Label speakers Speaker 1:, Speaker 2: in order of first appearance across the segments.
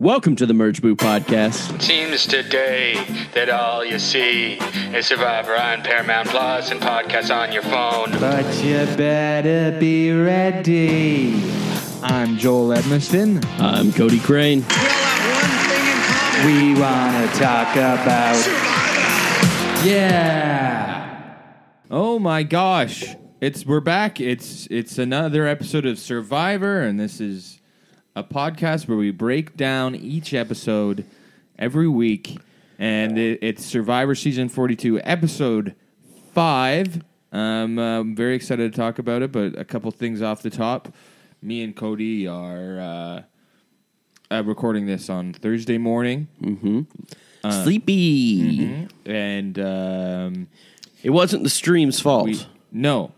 Speaker 1: Welcome to the Merge Boo Podcast.
Speaker 2: Seems today that all you see is Survivor on Paramount Plus and podcasts on your phone.
Speaker 3: But you better be ready. I'm Joel Edmiston.
Speaker 1: I'm Cody Crane.
Speaker 3: We want to talk about. Yeah. Oh my gosh. It's we're back. It's it's another episode of Survivor and this is a podcast where we break down each episode every week and it, it's Survivor season 42 episode 5. Um, I'm very excited to talk about it, but a couple things off the top. Me and Cody are uh, uh, recording this on Thursday morning.
Speaker 1: Uh, Sleepy.
Speaker 3: and um,
Speaker 1: It wasn't the stream's fault.
Speaker 3: we no,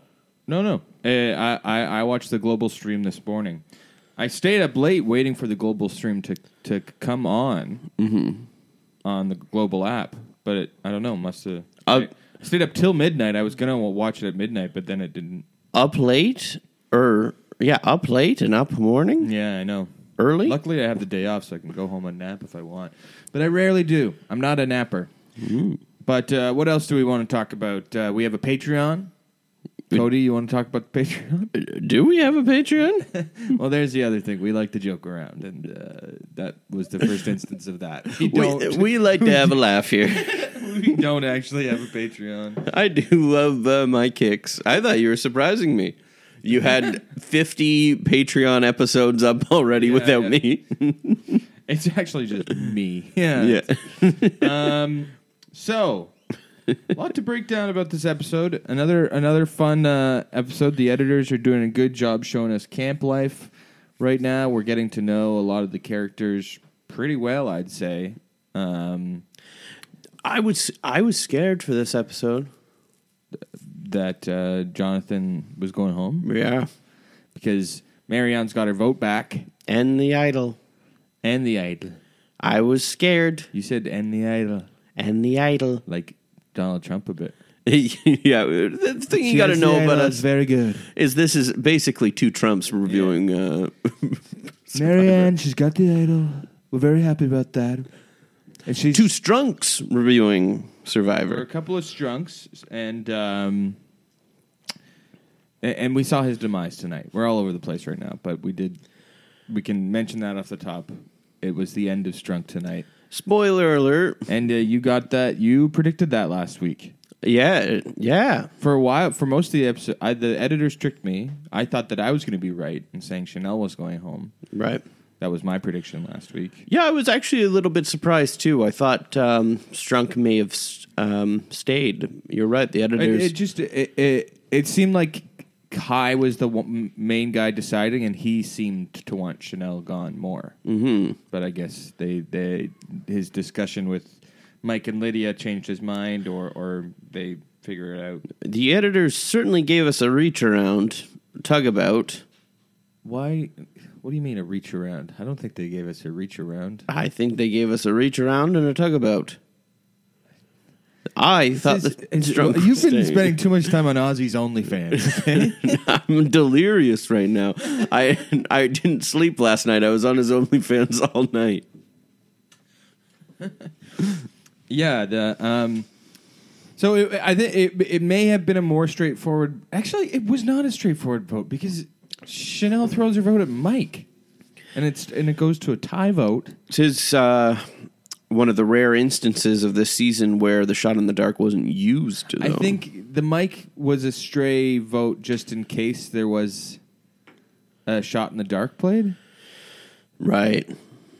Speaker 3: no, no. Uh, I, I I watched the global stream this morning. I stayed up late waiting for the global stream to to come on on the global app, but it, I don't know. Must have
Speaker 1: Uh,
Speaker 3: I stayed up till midnight. I was gonna watch it at midnight, but then it didn't.
Speaker 1: up late, or yeah, up late and up morning.
Speaker 3: Yeah, I know.
Speaker 1: Early?
Speaker 3: Luckily, I have the day off, so I can go home and nap if I want. But I rarely do. I'm not a napper. But uh, what else do we want to talk about? Uh, we have a Patreon. Cody, you want to talk about the Patreon?
Speaker 1: Do we have a Patreon?
Speaker 3: well, there's the other thing. We like to joke around, and uh, that was the first instance of that. We
Speaker 1: we,
Speaker 3: don't, we,
Speaker 1: we like to have a laugh here.
Speaker 3: don't actually have a Patreon.
Speaker 1: I do love uh, my kicks. I thought you were surprising me. You had 50 Patreon episodes up already without
Speaker 3: yeah.
Speaker 1: me.
Speaker 3: It's actually just me. Yeah.
Speaker 1: yeah.
Speaker 3: So, a lot to break down about this episode. Another another fun uh, episode. The editors are doing a good job showing us camp life. Right now, we're getting to know a lot of the characters pretty well, I'd say. Um,
Speaker 1: I was I was scared for this episode.
Speaker 3: that uh, Jonathan was going home
Speaker 1: Yeah.
Speaker 3: because Marianne's got her vote back
Speaker 1: And the idol.
Speaker 3: and the idol.
Speaker 1: I was scared.
Speaker 3: You said and the idol,
Speaker 1: And the idol.
Speaker 3: like Donald Trump a bit.
Speaker 1: yeah. The thing you got to know about us
Speaker 3: very good.
Speaker 1: is this is basically two Trumps reviewing. Uh,
Speaker 3: Marianne, she's got the idol. We're very happy about that. And she's
Speaker 1: two Strunks reviewing
Speaker 3: There were
Speaker 1: Survivor.
Speaker 3: a couple of strunks, and um, a- and we saw his demise tonight. We're all over the place right now, but we did. We can mention that off the top. It was the end of strunk tonight,
Speaker 1: Spoiler alert.
Speaker 3: and uh, you got that. You predicted that last week.
Speaker 1: Yeah. Yeah.
Speaker 3: For a while, for most of the episode, I, the editors tricked me. I thought that I was going to be right in saying Chanel was going home.
Speaker 1: Right.
Speaker 3: That was my prediction last week.
Speaker 1: Yeah, I was actually a little bit surprised too. I thought um, Strunk may have um, stayed. You're right. The
Speaker 3: It,
Speaker 1: editors.
Speaker 3: it just it, it it seemed like Kai was the one, main guy deciding, and he seemed to want Chanel gone more. Mm-hmm. But I guess they they his discussion with Mike and Lydia changed his mind, or or they figure it out.
Speaker 1: the editors certainly gave us a reach around, tug about.
Speaker 3: Why? What do you mean a reach around? I don't think they gave us a reach around.
Speaker 1: I think they gave us a reach around and a tug about. I thought
Speaker 3: This-
Speaker 1: that
Speaker 3: it's-
Speaker 1: Strunk
Speaker 3: you've
Speaker 1: was
Speaker 3: been
Speaker 1: staying.
Speaker 3: spending too much time on Ozzy's OnlyFans.
Speaker 1: I'm delirious right now. I I didn't sleep last night. I was on his OnlyFans all night.
Speaker 3: Yeah, the um so it, I think it it may have been a more straightforward. Actually, it was not a straightforward vote because Chanel throws her vote at Mike. and it's and it goes to a tie vote.
Speaker 1: Tis uh, one of the rare instances of this season where the shot in the dark wasn't used.
Speaker 3: I
Speaker 1: though.
Speaker 3: think the mic was a stray vote just in case there was a shot in the dark played.
Speaker 1: right.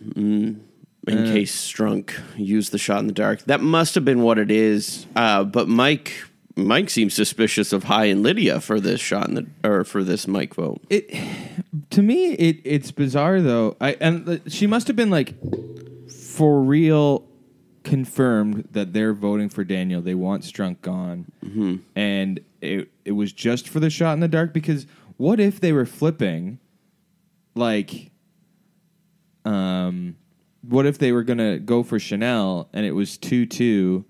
Speaker 1: Mm. In case Strunk used the shot in the dark, that must have been what it is. Uh, but Mike, Mike seems suspicious of High and Lydia for this shot in the or for this Mike vote.
Speaker 3: It to me it it's bizarre though. I and th- she must have been like for real confirmed that they're voting for Daniel. They want Strunk gone, mm-hmm. and it it was just for the shot in the dark. Because what if they were flipping, like, um, what if they were gonna go for Chanel and it was two two,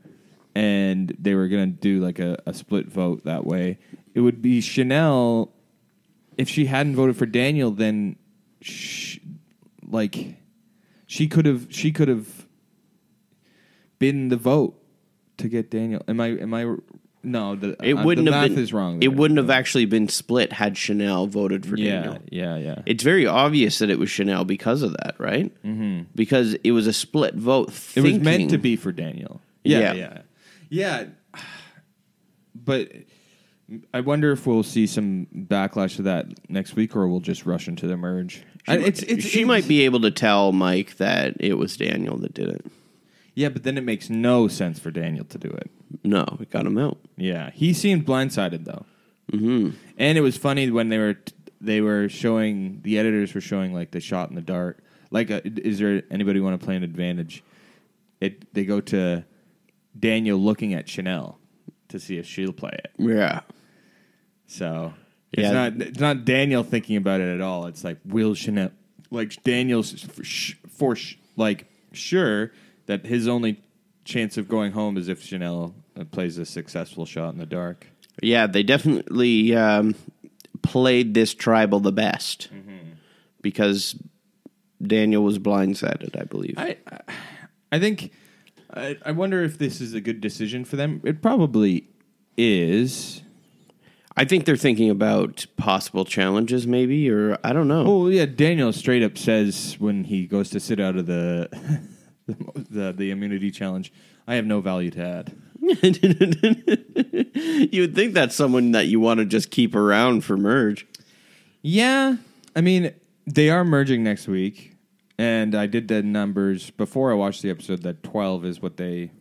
Speaker 3: and they were gonna do like a, a split vote that way? It would be Chanel if she hadn't voted for Daniel, then sh like she could have she could have been the vote to get Daniel. Am I am I no? The,
Speaker 1: It
Speaker 3: uh,
Speaker 1: wouldn't
Speaker 3: the
Speaker 1: have
Speaker 3: math
Speaker 1: been
Speaker 3: is wrong.
Speaker 1: It
Speaker 3: there.
Speaker 1: wouldn't have actually been split had Chanel voted for
Speaker 3: Yeah,
Speaker 1: Daniel.
Speaker 3: yeah, yeah.
Speaker 1: It's very obvious that it was Chanel because of that, right? Mm-hmm. Because it was a split
Speaker 3: it
Speaker 1: vote.
Speaker 3: was
Speaker 1: thinking-
Speaker 3: meant to be for Daniel. yeah,
Speaker 1: Yeah.
Speaker 3: yeah. yeah. But I wonder if we'll see some backlash to that next week, or we'll just rush into the merge.
Speaker 1: She, might- she might be able to tell Mike that it was Daniel that did it.
Speaker 3: Yeah, but then it makes no sense for Daniel to do it.
Speaker 1: No, it got him out.
Speaker 3: Yeah, he seemed blindsided though. Mm-hmm. And it was funny when they were they were showing the editors were showing like the shot in the dark. Like, uh is there anybody want to play an advantage? It they go to Daniel looking at Chanel to see if she'll play it.
Speaker 1: Yeah.
Speaker 3: So
Speaker 1: Yeah.
Speaker 3: it's not it's not Daniel thinking about it at all. It's like will Chanel like Daniel's for, sh- for sh- like sure that his only chance of going home is if Chanel uh, plays a successful shot in the dark.
Speaker 1: Yeah, they definitely um, played this tribal the best because Daniel was blindsided, I believe.
Speaker 3: I I think I, I wonder if this is a good decision for them. It probably is.
Speaker 1: I think they're thinking about possible challenges, maybe, or I don't know.
Speaker 3: Oh yeah, Daniel straight up says when he goes to sit out of the the, the, the immunity challenge, I have no value to add.
Speaker 1: you would think that's someone that you want to just keep around for merge.
Speaker 3: Yeah, I mean they are merging next week, and I did the numbers before I watched the episode that twelve is what they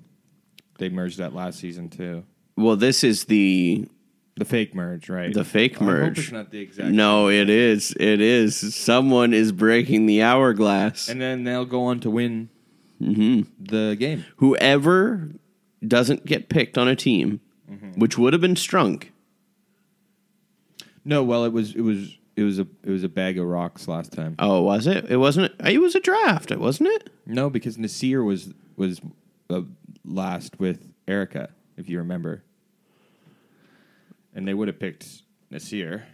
Speaker 3: they merged that last season too.
Speaker 1: Well, this is the
Speaker 3: The fake merge, right?
Speaker 1: the fake
Speaker 3: I hope
Speaker 1: merge.
Speaker 3: it's not the exact.
Speaker 1: No, it is. It is. Someone is breaking the hourglass.
Speaker 3: and then they'll go on to win
Speaker 1: Mm-hmm.
Speaker 3: the game.
Speaker 1: whoever doesn't get picked on a team,
Speaker 3: Mm-hmm.
Speaker 1: which would have been Strunk.
Speaker 3: No, well, it was it was it was a it was a bag of rocks last time.
Speaker 1: Oh, was it? It wasn't. It was a draft, wasn't it?
Speaker 3: No, because Nasir was was uh, last with Erica, if you remember, and they would have picked Nasir.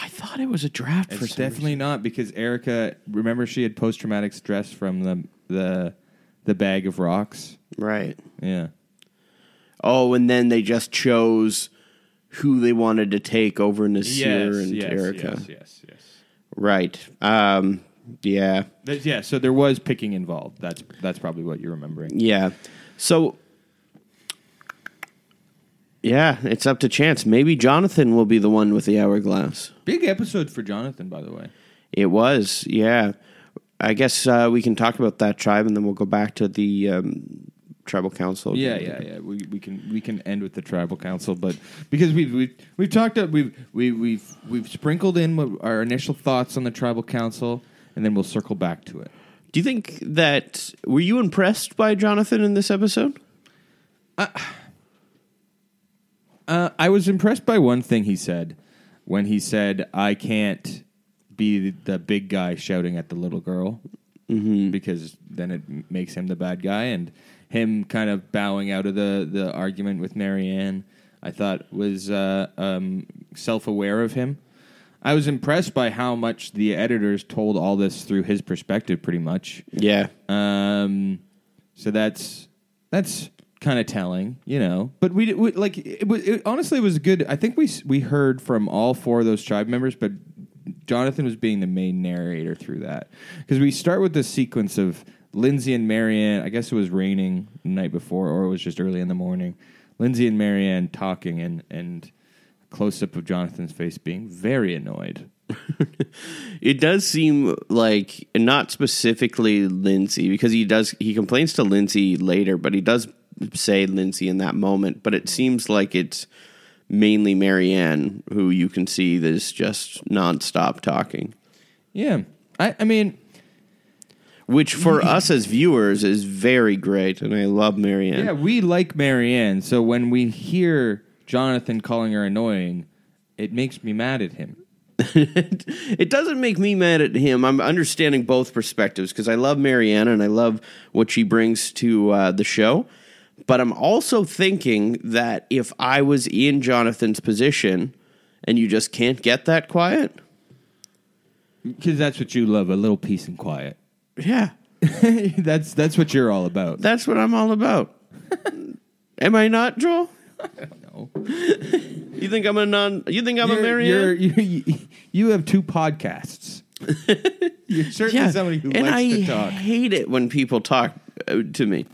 Speaker 1: I thought it was a draft for
Speaker 3: It's
Speaker 1: some
Speaker 3: definitely not because Erica. Remember, she had post traumatic stress from the the the bag of rocks.
Speaker 1: reason. right.
Speaker 3: Yeah,
Speaker 1: Oh, and then they just chose who they wanted to take over Nasir and Erica.
Speaker 3: yes, yes, yes.
Speaker 1: Right. Um. Yeah.
Speaker 3: There's- yeah, so there was picking involved. That's that's probably what you're remembering.
Speaker 1: Yeah. So. Yeah, it's up to chance. Maybe Jonathan will be the one with the hourglass.
Speaker 3: Big episode for Jonathan, by the way.
Speaker 1: It was, yeah. I guess uh, we can talk about that tribe, and then we'll go back to the um, tribal council.
Speaker 3: Yeah, yeah, yeah. We, we can we can end with the tribal council, but because we've we've, we've talked up we've we, we've we've sprinkled in what our initial thoughts on the tribal council, and then we'll circle back to it.
Speaker 1: Do you think that were you impressed by Jonathan in this episode?
Speaker 3: Uh, I was impressed by one thing he said when he said, "I can't be the big guy shouting at the little girl," mm-hmm. because then it m- makes him the bad guy, and him kind of bowing out of the the argument with Marianne. I thought was uh, um, self aware of him. I was impressed by how much the editors told all this through his perspective, pretty much.
Speaker 1: Yeah,
Speaker 3: Um, so that's that's kind of telling, you know. But we, we like it, was- it honestly it was good. I think we s- we heard from all four of those tribe members, but Jonathan was being the main narrator through that because we start with the sequence of Lindsay and Marianne. I guess it was raining the night before, or it was just early in the morning. Lindsay and Marianne talking, and and close up of Jonathan's face being very annoyed.
Speaker 1: It does seem like not specifically Lindsay because he does he complains to Lindsay later, but he does say Lindsay in that moment. But it seems like it's mainly Marianne who you can see that is just nonstop talking,
Speaker 3: Yeah, I, I mean,
Speaker 1: which for us as viewers is very great, and I love Marianne.
Speaker 3: yeah, we like Marianne, so when we hear Jonathan calling her annoying, it makes me mad at him.
Speaker 1: it doesn't make me mad at him. I'm understanding both perspectives because I love Mariana and I love what she brings to uh, the show. But I'm also thinking that if I was in Jonathan's position and you just can't get that quiet,
Speaker 3: Because that's what you love—a little peace and quiet.
Speaker 1: yeah,
Speaker 3: that's that's what you're all about.
Speaker 1: that's what I'm all about. Am I not, Joel? you think I'm a non? You think I'm a
Speaker 3: You're-
Speaker 1: Marianne?
Speaker 3: you're- you you have two podcasts. you're certainly somebody who
Speaker 1: and
Speaker 3: likes
Speaker 1: I
Speaker 3: to talk.
Speaker 1: hate it when people talk uh, to me.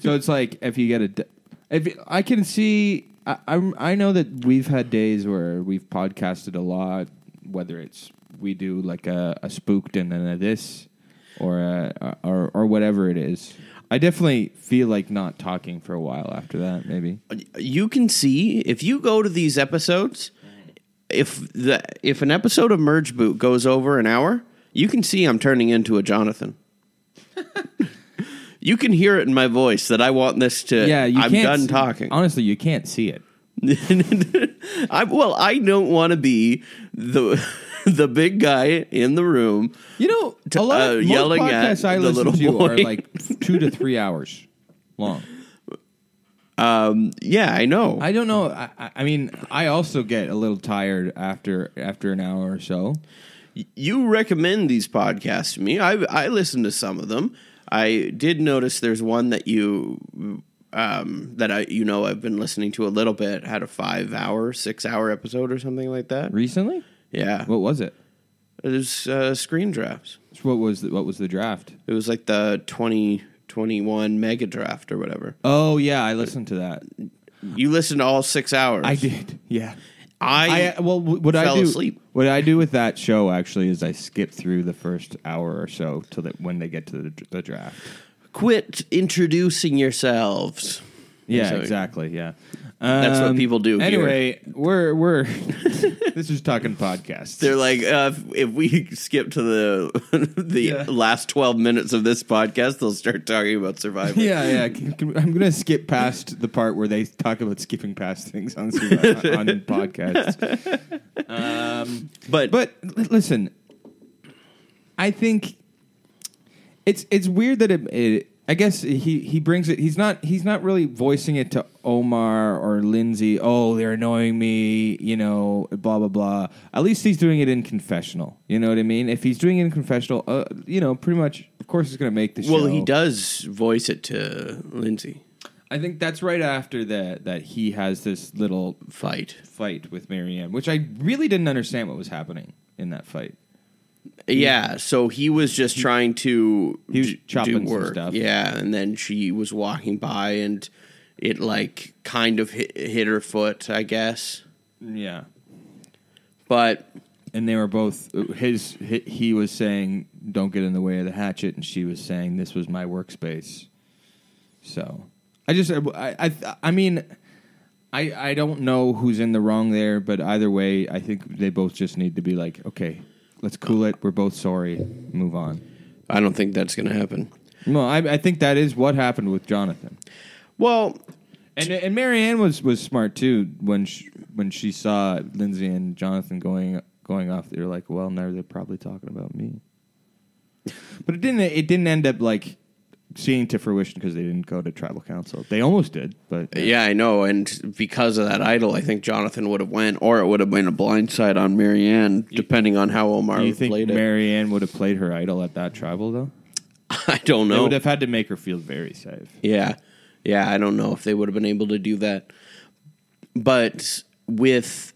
Speaker 3: So it's like if you get a, d- if you- I can see, I, I'm I know that we've had days where we've podcasted a lot, whether it's we do like a, a spooked and then a this, or a, or or whatever it is. I definitely feel like not talking for a while after that. Maybe
Speaker 1: Uh, you can see if you go to these episodes if the if an episode of merge boot goes over an hour you can see i'm turning into a jonathan you can hear it in my voice that i want this to
Speaker 3: yeah, you
Speaker 1: i'm
Speaker 3: can't
Speaker 1: done
Speaker 3: s-
Speaker 1: talking
Speaker 3: Honestly, you can't see it.
Speaker 1: I, well i don't want to be the the big guy in the room
Speaker 3: You know,
Speaker 1: To-
Speaker 3: a lot
Speaker 1: uh,
Speaker 3: of most
Speaker 1: yelling at
Speaker 3: podcasts I
Speaker 1: the
Speaker 3: listen
Speaker 1: little
Speaker 3: to are
Speaker 1: boy.
Speaker 3: like two to three hours long.
Speaker 1: yeah i know
Speaker 3: I don't know. I, I- I mean, I also get a little tired after after an hour or so.
Speaker 1: you recommend these podcasts to me. I I listen to some of them. I did notice there's one that you um that I you know I've been listening to a little bit had a 5 hour, 6 hour episode or something like that.
Speaker 3: Recently,
Speaker 1: Yeah.
Speaker 3: what was it?
Speaker 1: it was uh, screen drafts.
Speaker 3: What was the, what was the draft?
Speaker 1: It was like the 2021 mega draft or whatever.
Speaker 3: Oh yeah, I listened to that.
Speaker 1: You listened to all 6 hours.
Speaker 3: I did. Yeah.
Speaker 1: I,
Speaker 3: I uh, well, w- what I
Speaker 1: fell
Speaker 3: do
Speaker 1: asleep.
Speaker 3: what I do with that show actually is I skip through the first hour or so till that when they get to the, the draft.
Speaker 1: quit introducing yourselves.
Speaker 3: Yeah,
Speaker 1: So-
Speaker 3: exactly. Yeah, Um,
Speaker 1: That's what people do here.
Speaker 3: Anyway, we're we're this is talking podcasts.
Speaker 1: They're like, uh, if, if we skip to the the
Speaker 3: Yeah.
Speaker 1: last twelve minutes of this podcast, they'll start talking about Survivor.
Speaker 3: Yeah, yeah. Can- can- I'm gonna skip past the part where they talk about skipping past things on Survi- on podcasts.
Speaker 1: but
Speaker 3: But l- listen, I think it's it's weird that it. it I guess he, he brings it. He's not he's not really voicing it to Omar or Lindsay. Oh, they're annoying me. You know, blah blah blah. At least he's doing it in confessional. You know what I mean? If he's doing it in confessional, uh, you know, pretty much, of course, he's going to make the show.
Speaker 1: well, he does voice it to Lindsay.
Speaker 3: I think that's right after that that he has this little
Speaker 1: Fight.
Speaker 3: fight with Marianne, which I really didn't understand what was happening in that fight.
Speaker 1: Yeah, so he was just trying to
Speaker 3: He was
Speaker 1: d-
Speaker 3: chopping
Speaker 1: do
Speaker 3: some
Speaker 1: work.
Speaker 3: stuff.
Speaker 1: Yeah, and then she was walking by, and it like kind of hit, hit her foot, I guess.
Speaker 3: Yeah,
Speaker 1: But
Speaker 3: and they were both his. He, he was saying, "Don't get in the way of the hatchet," and she was saying, "This was my workspace." So, I just, I, I, I mean, I, I don't know who's in the wrong there, but either way, I think they both just need to be like, okay, let's cool it. We're both sorry. Move on.
Speaker 1: I don't think that's going to happen.
Speaker 3: No, I, I think that is what happened with Jonathan.
Speaker 1: Well,
Speaker 3: And and Marianne was was smart too when she, when she saw Lindsay and Jonathan going going off. They were like, "Well, now they're probably talking about me." But it didn't it didn't end up like seeing to fruition because they didn't go to tribal council. They almost did, but
Speaker 1: Yeah, I know, and because of that idol, I think Jonathan would have went, or it would have been a blindside on Marianne, depending on how Omar
Speaker 3: Do you think
Speaker 1: played it.
Speaker 3: Marianne would have played her idol at that tribal though?
Speaker 1: I don't
Speaker 3: They
Speaker 1: know.
Speaker 3: would have had to make her feel very safe.
Speaker 1: Yeah, yeah, I don't know if they would have been able to do that, but with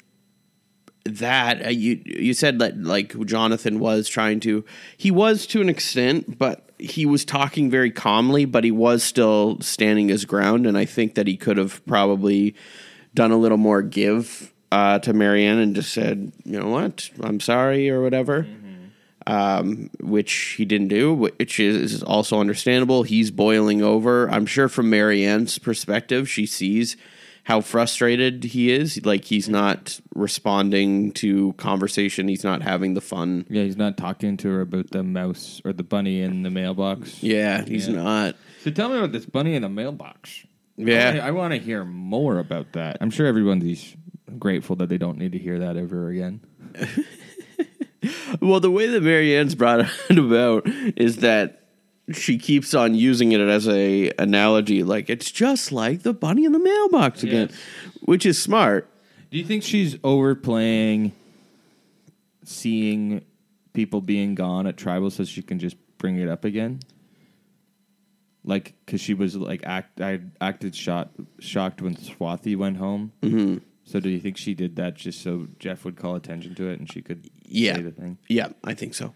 Speaker 1: that uh, you you said that like Jonathan was trying to he was to an extent, but he was talking very calmly, but he was still standing his ground, and I think that he could have probably done a little more give uh, to Marianne and just said, you know what, I'm sorry or whatever. Um, which he didn't do, which is also understandable. He's boiling over. I'm sure from Marianne's perspective, she sees how frustrated he is. Like he's not responding to conversation. He's not having the fun.
Speaker 3: Yeah, he's not talking to her about the mouse or the bunny in the mailbox.
Speaker 1: Yeah, he's
Speaker 3: Yeah.
Speaker 1: not.
Speaker 3: So tell me about this bunny in the mailbox.
Speaker 1: Yeah.
Speaker 3: I, want to hear more about that. I'm sure everyone's grateful that they don't need to hear that ever again.
Speaker 1: Well, the way that Marianne's brought it about is that she keeps on using it as a analogy. Like it's just like the bunny in the mailbox again,
Speaker 3: Yes.
Speaker 1: which is smart.
Speaker 3: Do you think she's overplaying seeing people being gone at tribal so she can just bring it up again? Like, because she was like act, I acted shot, shocked when Swathi went home. Mm-hmm. So, do you think she did that just so Jeff would call attention to it and she could
Speaker 1: Yeah,
Speaker 3: say the thing?
Speaker 1: yeah, I think so.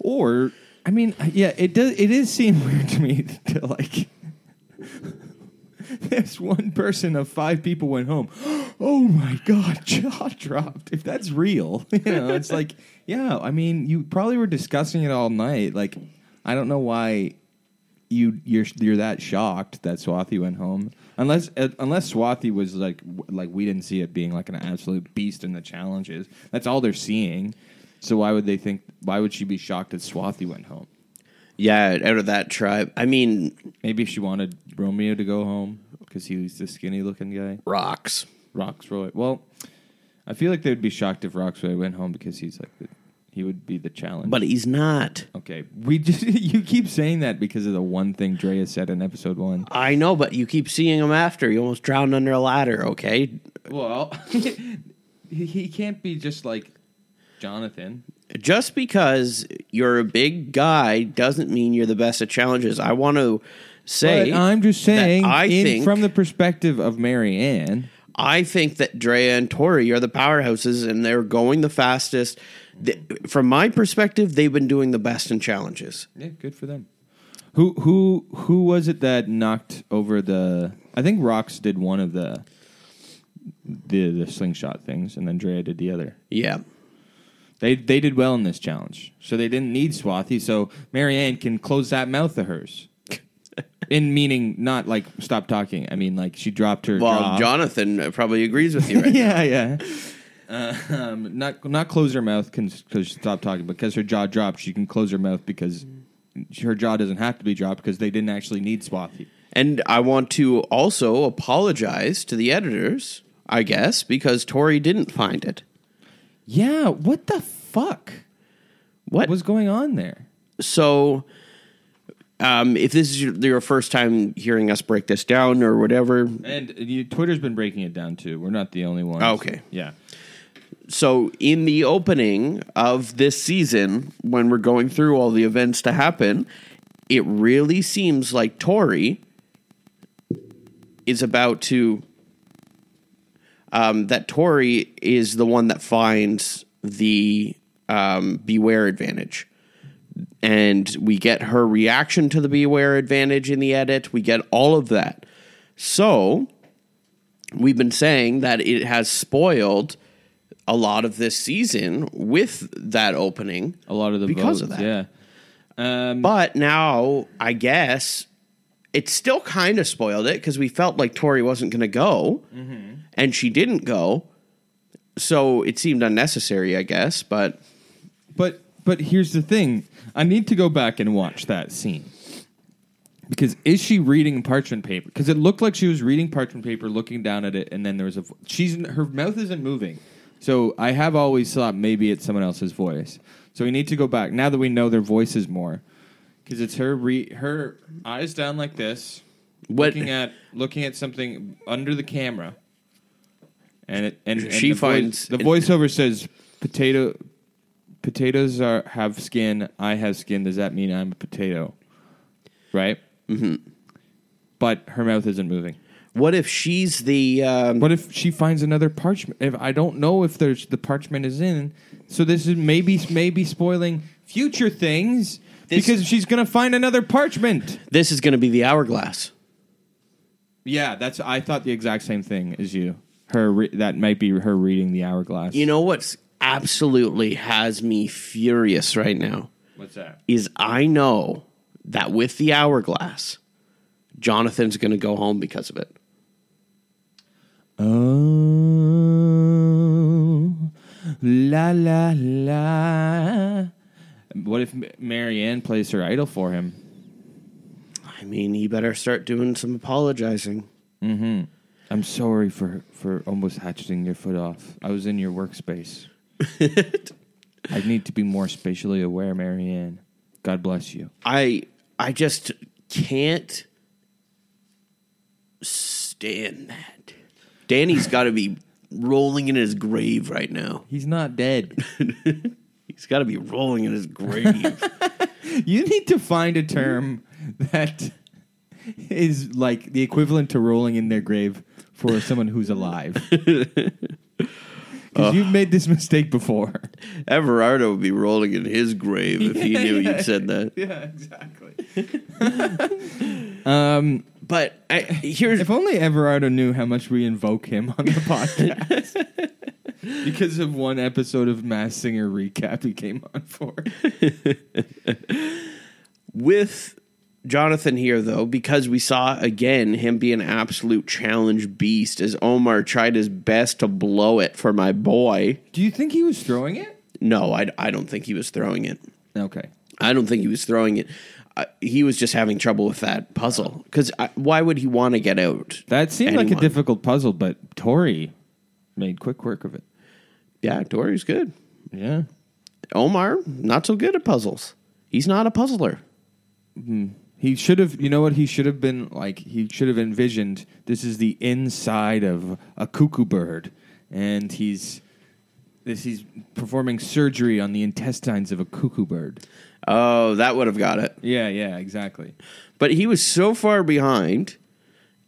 Speaker 3: Or, I mean, yeah, it does. It is seem weird to me to like. There's one person of five people went home. Oh my god, jaw dropped. If that's real, you know, it's like, yeah. I mean, you probably were discussing it all night. Like, I don't know why you you're you're that shocked that Swathi went home. Unless uh, unless Swathi was like w- like we didn't see it being like an absolute beast in the challenges. That's all they're seeing. So why would they think? Why would she be shocked that Swathi went home?
Speaker 1: Yeah, out of that tribe, I mean,
Speaker 3: Maybe she wanted Romeo to go home because he was the skinny looking guy.
Speaker 1: rocks.
Speaker 3: Roxroy. Well, I feel like they would be shocked if Roxroy went home because he's like the, he would be the challenge.
Speaker 1: But he's not.
Speaker 3: okay, we just you keep saying that because of the one thing Drea said in episode one.
Speaker 1: I know, but you keep seeing him after. He almost drowned under a ladder. Okay,
Speaker 3: Well, he, he can't be just like Jonathan.
Speaker 1: just because you're a big guy doesn't mean you're the best at challenges. I want to say,
Speaker 3: But I'm just saying,
Speaker 1: that I
Speaker 3: in-
Speaker 1: think
Speaker 3: from the perspective of Mary Ann,
Speaker 1: I think that Drea and Tori are the powerhouses, and they're going the fastest. The- from my perspective, they've been doing the best in challenges.
Speaker 3: yeah, good for them. Who who who was it that knocked over the? I think Rox did one of the the the slingshot things, and then Drea did the other.
Speaker 1: Yeah,
Speaker 3: They they did well in this challenge, so they didn't need Swathi. So Marianne can close that mouth of hers. In meaning, not like stop talking. I mean, like she dropped her.
Speaker 1: well,
Speaker 3: jaw.
Speaker 1: Jonathan probably agrees with you. Right?
Speaker 3: yeah, yeah. Uh, um, not not close her mouth because stop talking because her jaw dropped. She can close her mouth because her jaw doesn't have to be dropped because they didn't actually need Swathy.
Speaker 1: And I want to also apologize to the editors, I guess, because Tori didn't find it.
Speaker 3: Yeah, what the fuck
Speaker 1: What?
Speaker 3: was going on there?
Speaker 1: so, um, if this is your, your first time hearing us break this down or whatever,
Speaker 3: And uh, you, Twitter's been breaking it down too. We're not the only ones.
Speaker 1: Okay.
Speaker 3: yeah.
Speaker 1: so in the opening of this season, when we're going through all the events to happen, it really seems like Tori is about to. Um, that Tori is the one that finds the um, beware advantage. And we get her reaction to the beware advantage in the edit. We get all of that. So we've been saying that it has spoiled a lot of this season with that opening.
Speaker 3: A lot of the
Speaker 1: because
Speaker 3: votes,
Speaker 1: of that.
Speaker 3: Yeah,
Speaker 1: But now I guess it still kind of spoiled it because we felt like Tori wasn't going to go,
Speaker 3: Mm-hmm.
Speaker 1: and she didn't go. So it seemed unnecessary, I guess. But
Speaker 3: But but here's the thing. I need to go back and watch that scene. Because is she reading parchment paper? Because it looked like she was reading parchment paper, looking down at it, and then there was a vo- she's her mouth isn't moving. So I have always thought maybe it's someone else's voice. So we need to go back now that we know their voices more, because it's her re- her eyes down like this,
Speaker 1: What-
Speaker 3: looking at looking at something under the camera, and it, and, and
Speaker 1: She
Speaker 3: the voice-
Speaker 1: finds-
Speaker 3: the voiceover says potato potatoes are have skin. I have skin. Does that mean I'm a potato? Right. Mm-hmm. But her mouth isn't moving.
Speaker 1: What if she's the? Um,
Speaker 3: What if she finds another parchment? If I don't know if there's the parchment is in, so this is maybe maybe spoiling future things
Speaker 1: This-
Speaker 3: because she's gonna find another parchment.
Speaker 1: this is going to be the hourglass.
Speaker 3: Yeah, that's. I thought the exact same thing as you. Her re- that might be her reading the hourglass.
Speaker 1: You know what's absolutely has me furious right now
Speaker 3: what's that?
Speaker 1: is I know that with the hourglass, Jonathan's going to go home because of it.
Speaker 3: Oh, la la la. What if M- Marianne plays her idol for him?
Speaker 1: I mean, he better start doing some apologizing.
Speaker 3: I'm sorry for for almost hatcheting your foot off. I was in your workspace. I need to be more spatially aware, Marianne. God bless you.
Speaker 1: I I just can't stand that. Danny's got to be rolling in his grave right now.
Speaker 3: He's not dead.
Speaker 1: He's got to be rolling in his grave.
Speaker 3: you need to find a term that is like the equivalent to rolling in their grave for someone who's alive. Because you've made this mistake before.
Speaker 1: Everardo would be rolling in his grave if he knew you'd said that.
Speaker 3: Yeah, exactly.
Speaker 1: Um, But I, here's
Speaker 3: If only Everardo knew how much we invoke him on the podcast. because of one episode of Mass Singer recap he came on for.
Speaker 1: with Jonathan here though, because we saw again him be an absolute challenge beast as Omar tried his best to blow it for my boy.
Speaker 3: Do you think he was throwing it?
Speaker 1: No, I, I don't think he was throwing it.
Speaker 3: Okay.
Speaker 1: I don't think he was throwing it. I, he was just having trouble with that puzzle. Because why would he want to get out?
Speaker 3: That seemed like
Speaker 1: Anyone.
Speaker 3: a difficult puzzle, but Tori made quick work of it.
Speaker 1: Yeah, Dory's good.
Speaker 3: Yeah.
Speaker 1: Omar, not so good at puzzles. He's not a puzzler.
Speaker 3: He should have, you know what? He should have been like, he should have envisioned this is the inside of a cuckoo bird, and he's. This he's performing surgery on the intestines of a cuckoo bird.
Speaker 1: Oh, that would have got it.
Speaker 3: Yeah, yeah, exactly.
Speaker 1: But he was so far behind,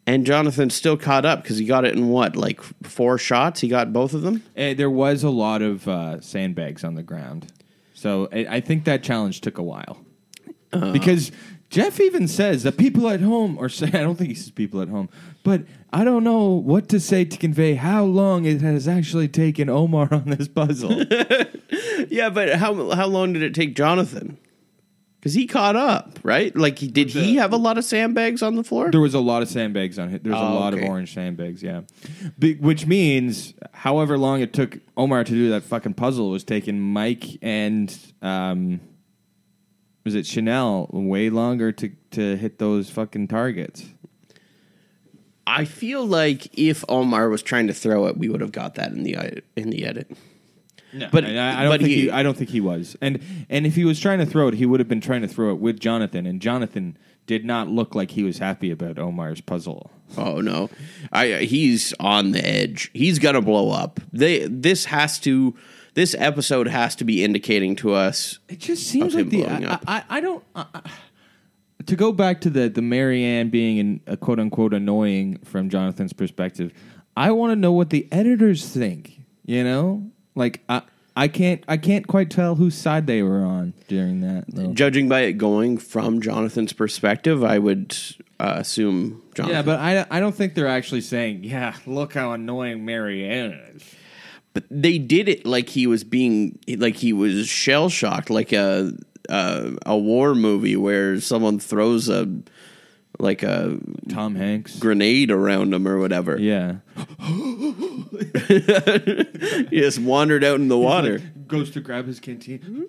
Speaker 1: and Jonathan still caught up because he got it in what, like four shots? He got both of them?
Speaker 3: Eh, there was a lot of uh, sandbags on the ground, so I, I think that challenge took a while. because Jeff even says the people at home, or say, I don't think he says people at home, but I don't know what to say to convey how long it has actually taken Omar on this puzzle.
Speaker 1: Yeah, but how how long did it take Jonathan? Because he caught up, right? Like, he, did he have a lot of sandbags on the floor?
Speaker 3: there was a lot of sandbags on it. There's a
Speaker 1: Oh,
Speaker 3: lot
Speaker 1: okay.
Speaker 3: of orange sandbags, yeah. Be- which means, however long it took Omar to do that fucking puzzle was taking Mike and um, was it Chanel way longer to to hit those fucking targets.
Speaker 1: I feel like if Omar was trying to throw it, we would have got that in the ed- in the edit.
Speaker 3: No,
Speaker 1: But-
Speaker 3: but I, I don't
Speaker 1: but
Speaker 3: think
Speaker 1: he-
Speaker 3: he, I don't think he was. And and if he was trying to throw it, he would have been trying to throw it with Jonathan, and Jonathan did not look like he was happy about Omar's puzzle.
Speaker 1: Oh no, I he's on the edge. He's gonna blow up. They this has to this episode has to be indicating to us.
Speaker 3: It just seems
Speaker 1: Of him
Speaker 3: like the
Speaker 1: blowing
Speaker 3: I,
Speaker 1: up.
Speaker 3: I, I don't. I, I- to go back to the the Marianne being an, a quote unquote annoying from Jonathan's perspective, I want to know what the editors think. You know, like I I can't I can't quite tell whose side they were on during that. though.
Speaker 1: Judging by it going from Jonathan's perspective, I would uh, assume Jonathan.
Speaker 3: Yeah, but I I don't think they're actually saying, yeah, look how annoying Marianne is.
Speaker 1: but they did it like he was being like he was shell shocked, like a uh, a war movie where someone throws a like a
Speaker 3: Tom Hanks.
Speaker 1: grenade around him or whatever.
Speaker 3: Yeah.
Speaker 1: He just wandered out in the water.
Speaker 3: Goes to grab his canteen.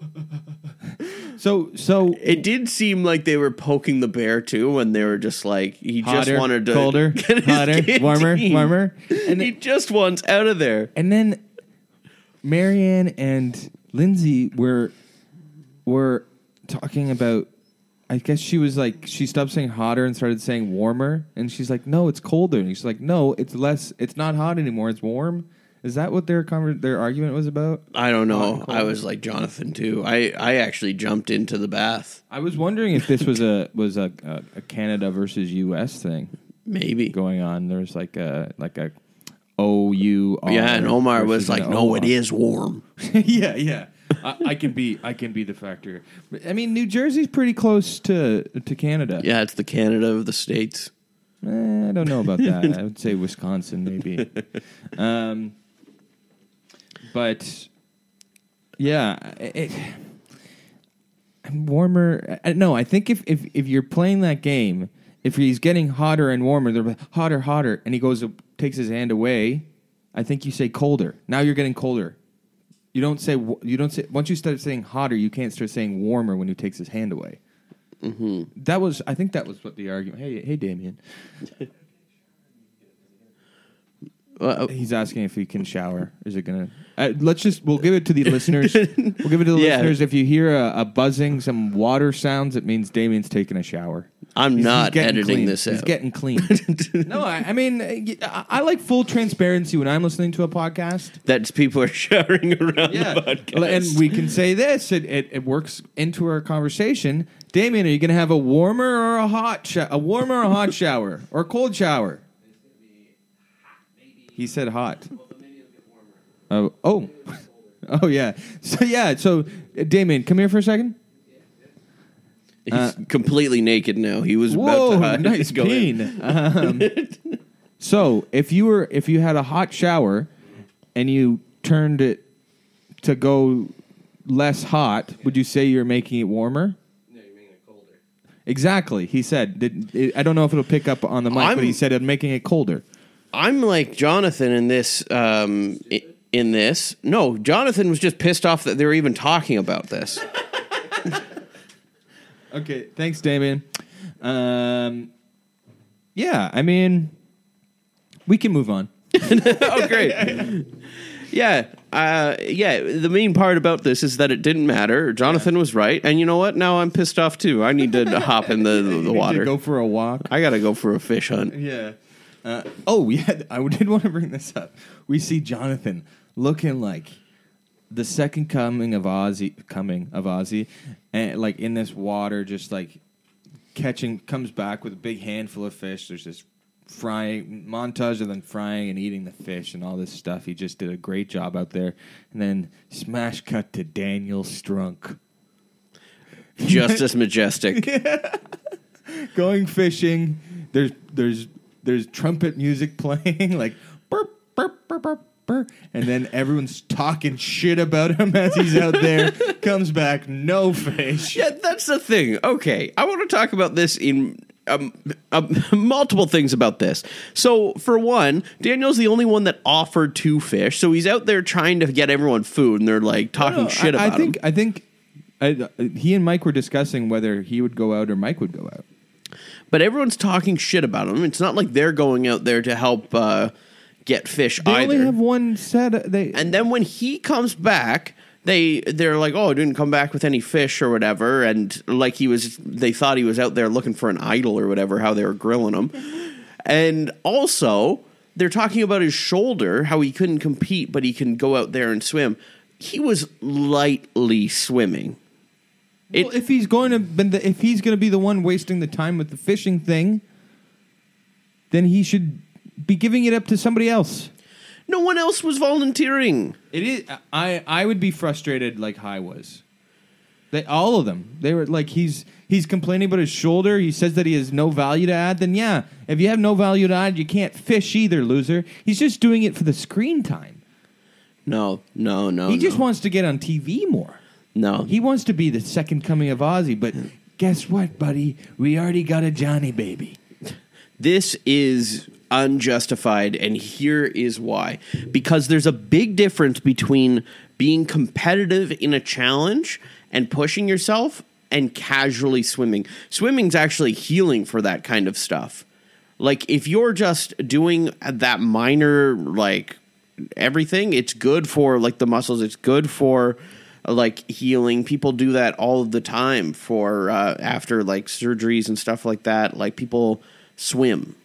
Speaker 3: so so
Speaker 1: It did seem like they were poking the bear too when they were just like he
Speaker 3: hotter,
Speaker 1: just wanted to
Speaker 3: colder,
Speaker 1: get his
Speaker 3: hotter, warmer,
Speaker 1: canteen.
Speaker 3: warmer. And
Speaker 1: he just wants out of there.
Speaker 3: and then Marianne and Lindsay were were talking about. I guess she was like she stopped saying hotter and started saying warmer, and she's like, "No, it's colder." And she's like, "No, it's less. It's not hot anymore. It's warm." Is that what their conver- their argument was about?
Speaker 1: I don't know. I was like Jonathan too. I I actually jumped into the bath.
Speaker 3: I was wondering if this was a was a, a, a Canada versus U.S. thing.
Speaker 1: Maybe.
Speaker 3: going on. There's like a like a O U R.
Speaker 1: Yeah, and Omar was
Speaker 3: versus an
Speaker 1: like, "No, it
Speaker 3: OR."
Speaker 1: is warm."
Speaker 3: yeah, yeah. I, I can be I can be the factor. But, I mean, New Jersey's pretty close to to Canada.
Speaker 1: Yeah, it's the Canada of the states.
Speaker 3: Eh, I don't know about that. I would say Wisconsin maybe. um, but yeah, it, I'm warmer. I, no, I think if, if if you're playing that game, if he's getting hotter and warmer, they're like, hotter, hotter, and he goes takes his hand away. I think you say colder. Now you're getting colder. You don't say wa- you don't say once you start saying hotter, you can't start saying warmer when he takes his hand away. Mm-hmm. That was I think that was what the argument. Hey, hey, Damien.
Speaker 1: uh,
Speaker 3: He's asking if he can shower. Is it gonna? Uh, let's just we'll give it to the listeners. We'll give it to the
Speaker 1: Yeah.
Speaker 3: listeners. If you hear a, a buzzing, some water sounds, it means Damien's taking a shower.
Speaker 1: I'm
Speaker 3: He's- he's
Speaker 1: not
Speaker 3: getting
Speaker 1: editing
Speaker 3: clean.
Speaker 1: this
Speaker 3: He's
Speaker 1: out.
Speaker 3: getting clean. no, I, I mean, I, I like full transparency when I'm listening to a podcast.
Speaker 1: That people are showering around the podcast.
Speaker 3: and we can say this. It, it, it works into our conversation. Damien, are you going to have a warmer or a hot sho- a warmer or a hot shower or a cold shower? He said hot. Oh, oh, oh yeah. So yeah. So uh, Damien, come here for a second.
Speaker 1: He's completely naked now. He was about
Speaker 3: uh, Whoa,
Speaker 1: to hide.
Speaker 3: nice
Speaker 1: Go in.
Speaker 3: peen. Um, so if you were if you had a hot shower and you turned it to go less hot, would you say you're making it warmer? Exactly, he said. Did- it- I don't know if it'll pick up on the mic,
Speaker 1: I'm-
Speaker 3: but he said I'm making it colder.
Speaker 1: I'm like Jonathan in this. Um, i- in this, no, Jonathan was just pissed off that they were even talking about this.
Speaker 3: Okay, thanks, Damien. Um, yeah, I mean, we can move on.
Speaker 1: oh, great. Yeah, uh, yeah. The mean part about this is that it didn't matter. Jonathan was right, and you know what? Now I'm pissed off too. I need to hop in the the water.
Speaker 3: Go for a walk.
Speaker 1: I gotta go for a fish hunt.
Speaker 3: Yeah. Uh, oh yeah, I did want to bring this up. We see Jonathan looking like the second coming of Ozzy, coming of Ozzy, and like in this water, just like catching, comes back with a big handful of fish. There's this frying montage of them frying and eating the fish and all this stuff. He just did a great job out there. And then smash cut to Daniel Strunk
Speaker 1: Just as majestic.
Speaker 3: going fishing. There's there's there's trumpet music playing like burp burp burp burp. burp. And then everyone's talking shit about him as he's out there. Comes back, no fish.
Speaker 1: Yeah, that's the thing. Okay, I want to talk about this in um, um, multiple things about this. So, for one, Daniel's the only one that offered two fish, so he's out there trying to get everyone food, and they're like talking shit
Speaker 3: I,
Speaker 1: about
Speaker 3: I think
Speaker 1: him.
Speaker 3: I think I, uh, he and Mike were discussing whether he would go out or Mike would go out.
Speaker 1: But everyone's talking shit about him. It's not like they're going out there to help uh, get fish
Speaker 3: They
Speaker 1: either.
Speaker 3: only have one set. uh, They
Speaker 1: and then when he comes back they they're like oh I didn't come back with any fish or whatever and like he was they thought he was out there looking for an idol or whatever how they were grilling him and also they're talking about his shoulder how he couldn't compete but he can go out there and swim he was lightly swimming it-
Speaker 3: well, if he's going to been the, if he's going to be the one wasting the time with the fishing thing, then he should be giving it up to somebody else.
Speaker 1: no one else was volunteering
Speaker 3: It is. I I would be frustrated like High was. They, all of them. They were like he's he's complaining about his shoulder. He says that he has no value to add. Then yeah, if you have no value to add, you can't fish either, loser. He's just doing it for the screen time.
Speaker 1: no no no
Speaker 3: he just
Speaker 1: no.
Speaker 3: wants to get on TV more.
Speaker 1: no
Speaker 3: He wants to be the second coming of Ozzy. But guess what, buddy? We already got a Johnny baby.
Speaker 1: This is unjustified, and here is why. Because there's a big difference between being competitive in a challenge and pushing yourself and casually swimming. Swimming's actually healing for that kind of stuff. Like, if you're just doing that minor, like, everything, it's good for, like, the muscles, it's good for. Like healing, people do that all the time for uh, after like surgeries and stuff like that. Like people swim.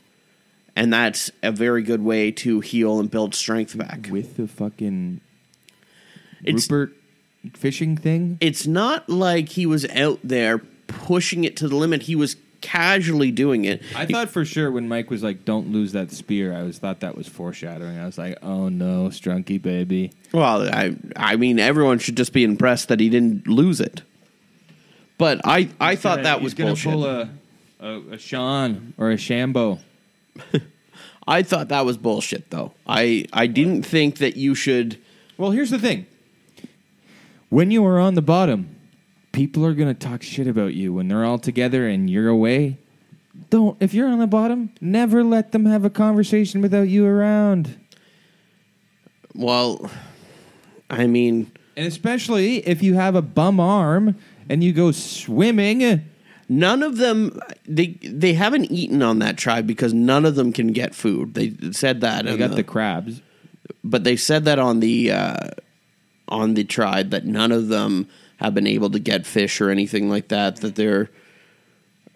Speaker 1: And that's a very good way to heal and build strength back.
Speaker 3: With the fucking
Speaker 1: It's
Speaker 3: Rupert fishing thing.
Speaker 1: it's not like he was out there pushing it to the limit. He was casually doing it.
Speaker 3: I thought for sure when Mike was like, "Don't lose that spear," I was thought that was foreshadowing. I was like, "Oh no, Strunky baby!"
Speaker 1: Well, I I mean everyone should just be impressed that he didn't lose it. But I I thought that was
Speaker 3: going to
Speaker 1: bullshit.
Speaker 3: pull a, a a Sean or a Shambo.
Speaker 1: I thought that was bullshit though. I I didn't think that you should
Speaker 3: Well, here's the thing: when you are on the bottom, people are going to talk shit about you when they're all together and you're away. Don't if you're on the bottom, never let them have a conversation without you around.
Speaker 1: well I mean
Speaker 3: And especially if you have a bum arm and you go swimming.
Speaker 1: None of them they they haven't eaten on that tribe because none of them can get food. They said that.
Speaker 3: They
Speaker 1: in
Speaker 3: got the crabs.
Speaker 1: but they said that on the uh, on the tribe that none of them have been able to get fish or anything like that. That they're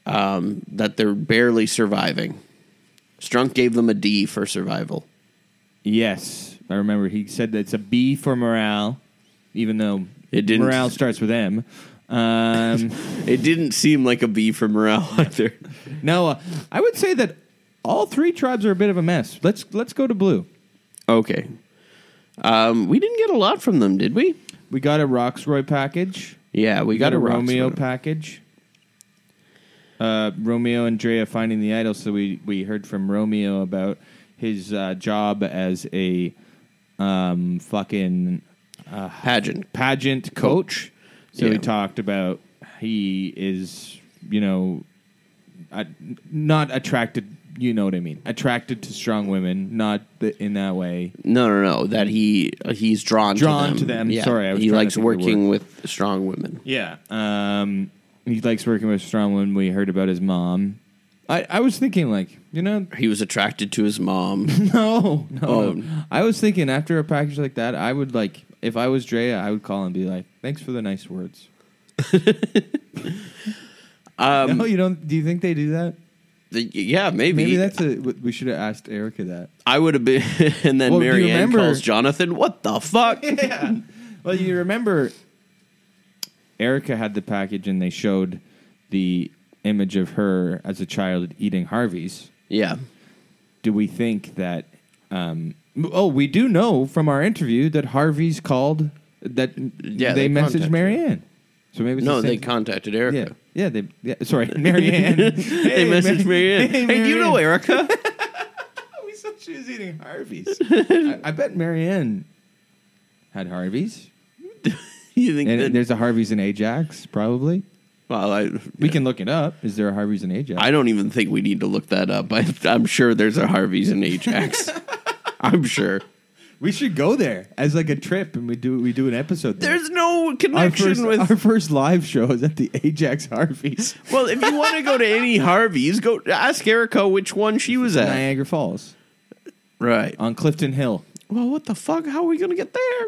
Speaker 1: um, that they're barely surviving. Strunk gave them a D for survival.
Speaker 3: Yes, I remember he said that it's a B for morale, even though
Speaker 1: It didn't-
Speaker 3: Morale starts with M. Um,
Speaker 1: It didn't seem like a B for morale either.
Speaker 3: no, uh, I would say that all three tribes are a bit of a mess. Let's let's go to blue.
Speaker 1: okay, um, we didn't get a lot from them, did we?
Speaker 3: We got a Roxroy package.
Speaker 1: Yeah, we,
Speaker 3: We
Speaker 1: got, a, Roxburgh.
Speaker 3: Romeo package. Uh, Romeo and Drea finding the idol. So we we heard from Romeo about his uh, job as a um, fucking
Speaker 1: pageant.
Speaker 3: pageant coach. So
Speaker 1: Yeah.
Speaker 3: we talked about he is, you know, uh, not attracted. You know what I mean? Attracted to strong women, not th- in that way.
Speaker 1: No, no, no. That he uh, he's drawn
Speaker 3: Drawn
Speaker 1: to them.
Speaker 3: to them.
Speaker 1: Yeah.
Speaker 3: Sorry, I was
Speaker 1: he
Speaker 3: trying to
Speaker 1: likes
Speaker 3: think of the
Speaker 1: working
Speaker 3: word.
Speaker 1: with strong women.
Speaker 3: Yeah. Um, he likes working with strong women. We heard about his mom. I, I was thinking, like, you know,
Speaker 1: He was attracted to his mom.
Speaker 3: no, no,
Speaker 1: Oh.
Speaker 3: no. I was thinking after a package like that, I would like if I was Drea, I would call and be like, "Thanks for the nice words."
Speaker 1: Um,
Speaker 3: no, you don't. Do you think they do that?
Speaker 1: The- yeah, maybe.
Speaker 3: Maybe that's a. We should have asked Erica that.
Speaker 1: I would have been. And then
Speaker 3: Well, do you
Speaker 1: Marianne
Speaker 3: remember-
Speaker 1: calls Jonathan. What the fuck?
Speaker 3: yeah. Well, you remember Erica had the package and they showed the image of her as a child eating Harvey's.
Speaker 1: yeah.
Speaker 3: Do we think that? Um, oh, we do know from our interview that Harvey's called that
Speaker 1: Yeah,
Speaker 3: they,
Speaker 1: they
Speaker 3: messaged
Speaker 1: contacted
Speaker 3: Marianne. So maybe it's
Speaker 1: No,
Speaker 3: the same
Speaker 1: they
Speaker 3: thing.
Speaker 1: contacted
Speaker 3: Yeah,
Speaker 1: Erica.
Speaker 3: yeah, they. Yeah, sorry, Marianne.
Speaker 1: They messaged Marianne. Hey, do you know Erica?
Speaker 3: We said she was eating Harvey's. I, I bet Marianne had Harvey's.
Speaker 1: you think
Speaker 3: And
Speaker 1: that?
Speaker 3: there's a Harvey's in Ajax, probably.
Speaker 1: well, I,
Speaker 3: We can look it up. Is there a Harvey's in Ajax?
Speaker 1: I don't even think we need to look that up. I, I'm sure there's a Harvey's in Ajax. I'm sure.
Speaker 3: we should go there as like a trip, and we do we do an episode. There.
Speaker 1: There's no
Speaker 3: our
Speaker 1: connection
Speaker 3: first,
Speaker 1: with.
Speaker 3: our first live show is at the Ajax Harvey's,
Speaker 1: well, if you want to go to any Harvey's, go ask Erica which one she was at.
Speaker 3: Niagara Falls,
Speaker 1: Right.
Speaker 3: on Clifton Hill.
Speaker 1: Well, what the fuck? How are we gonna get there?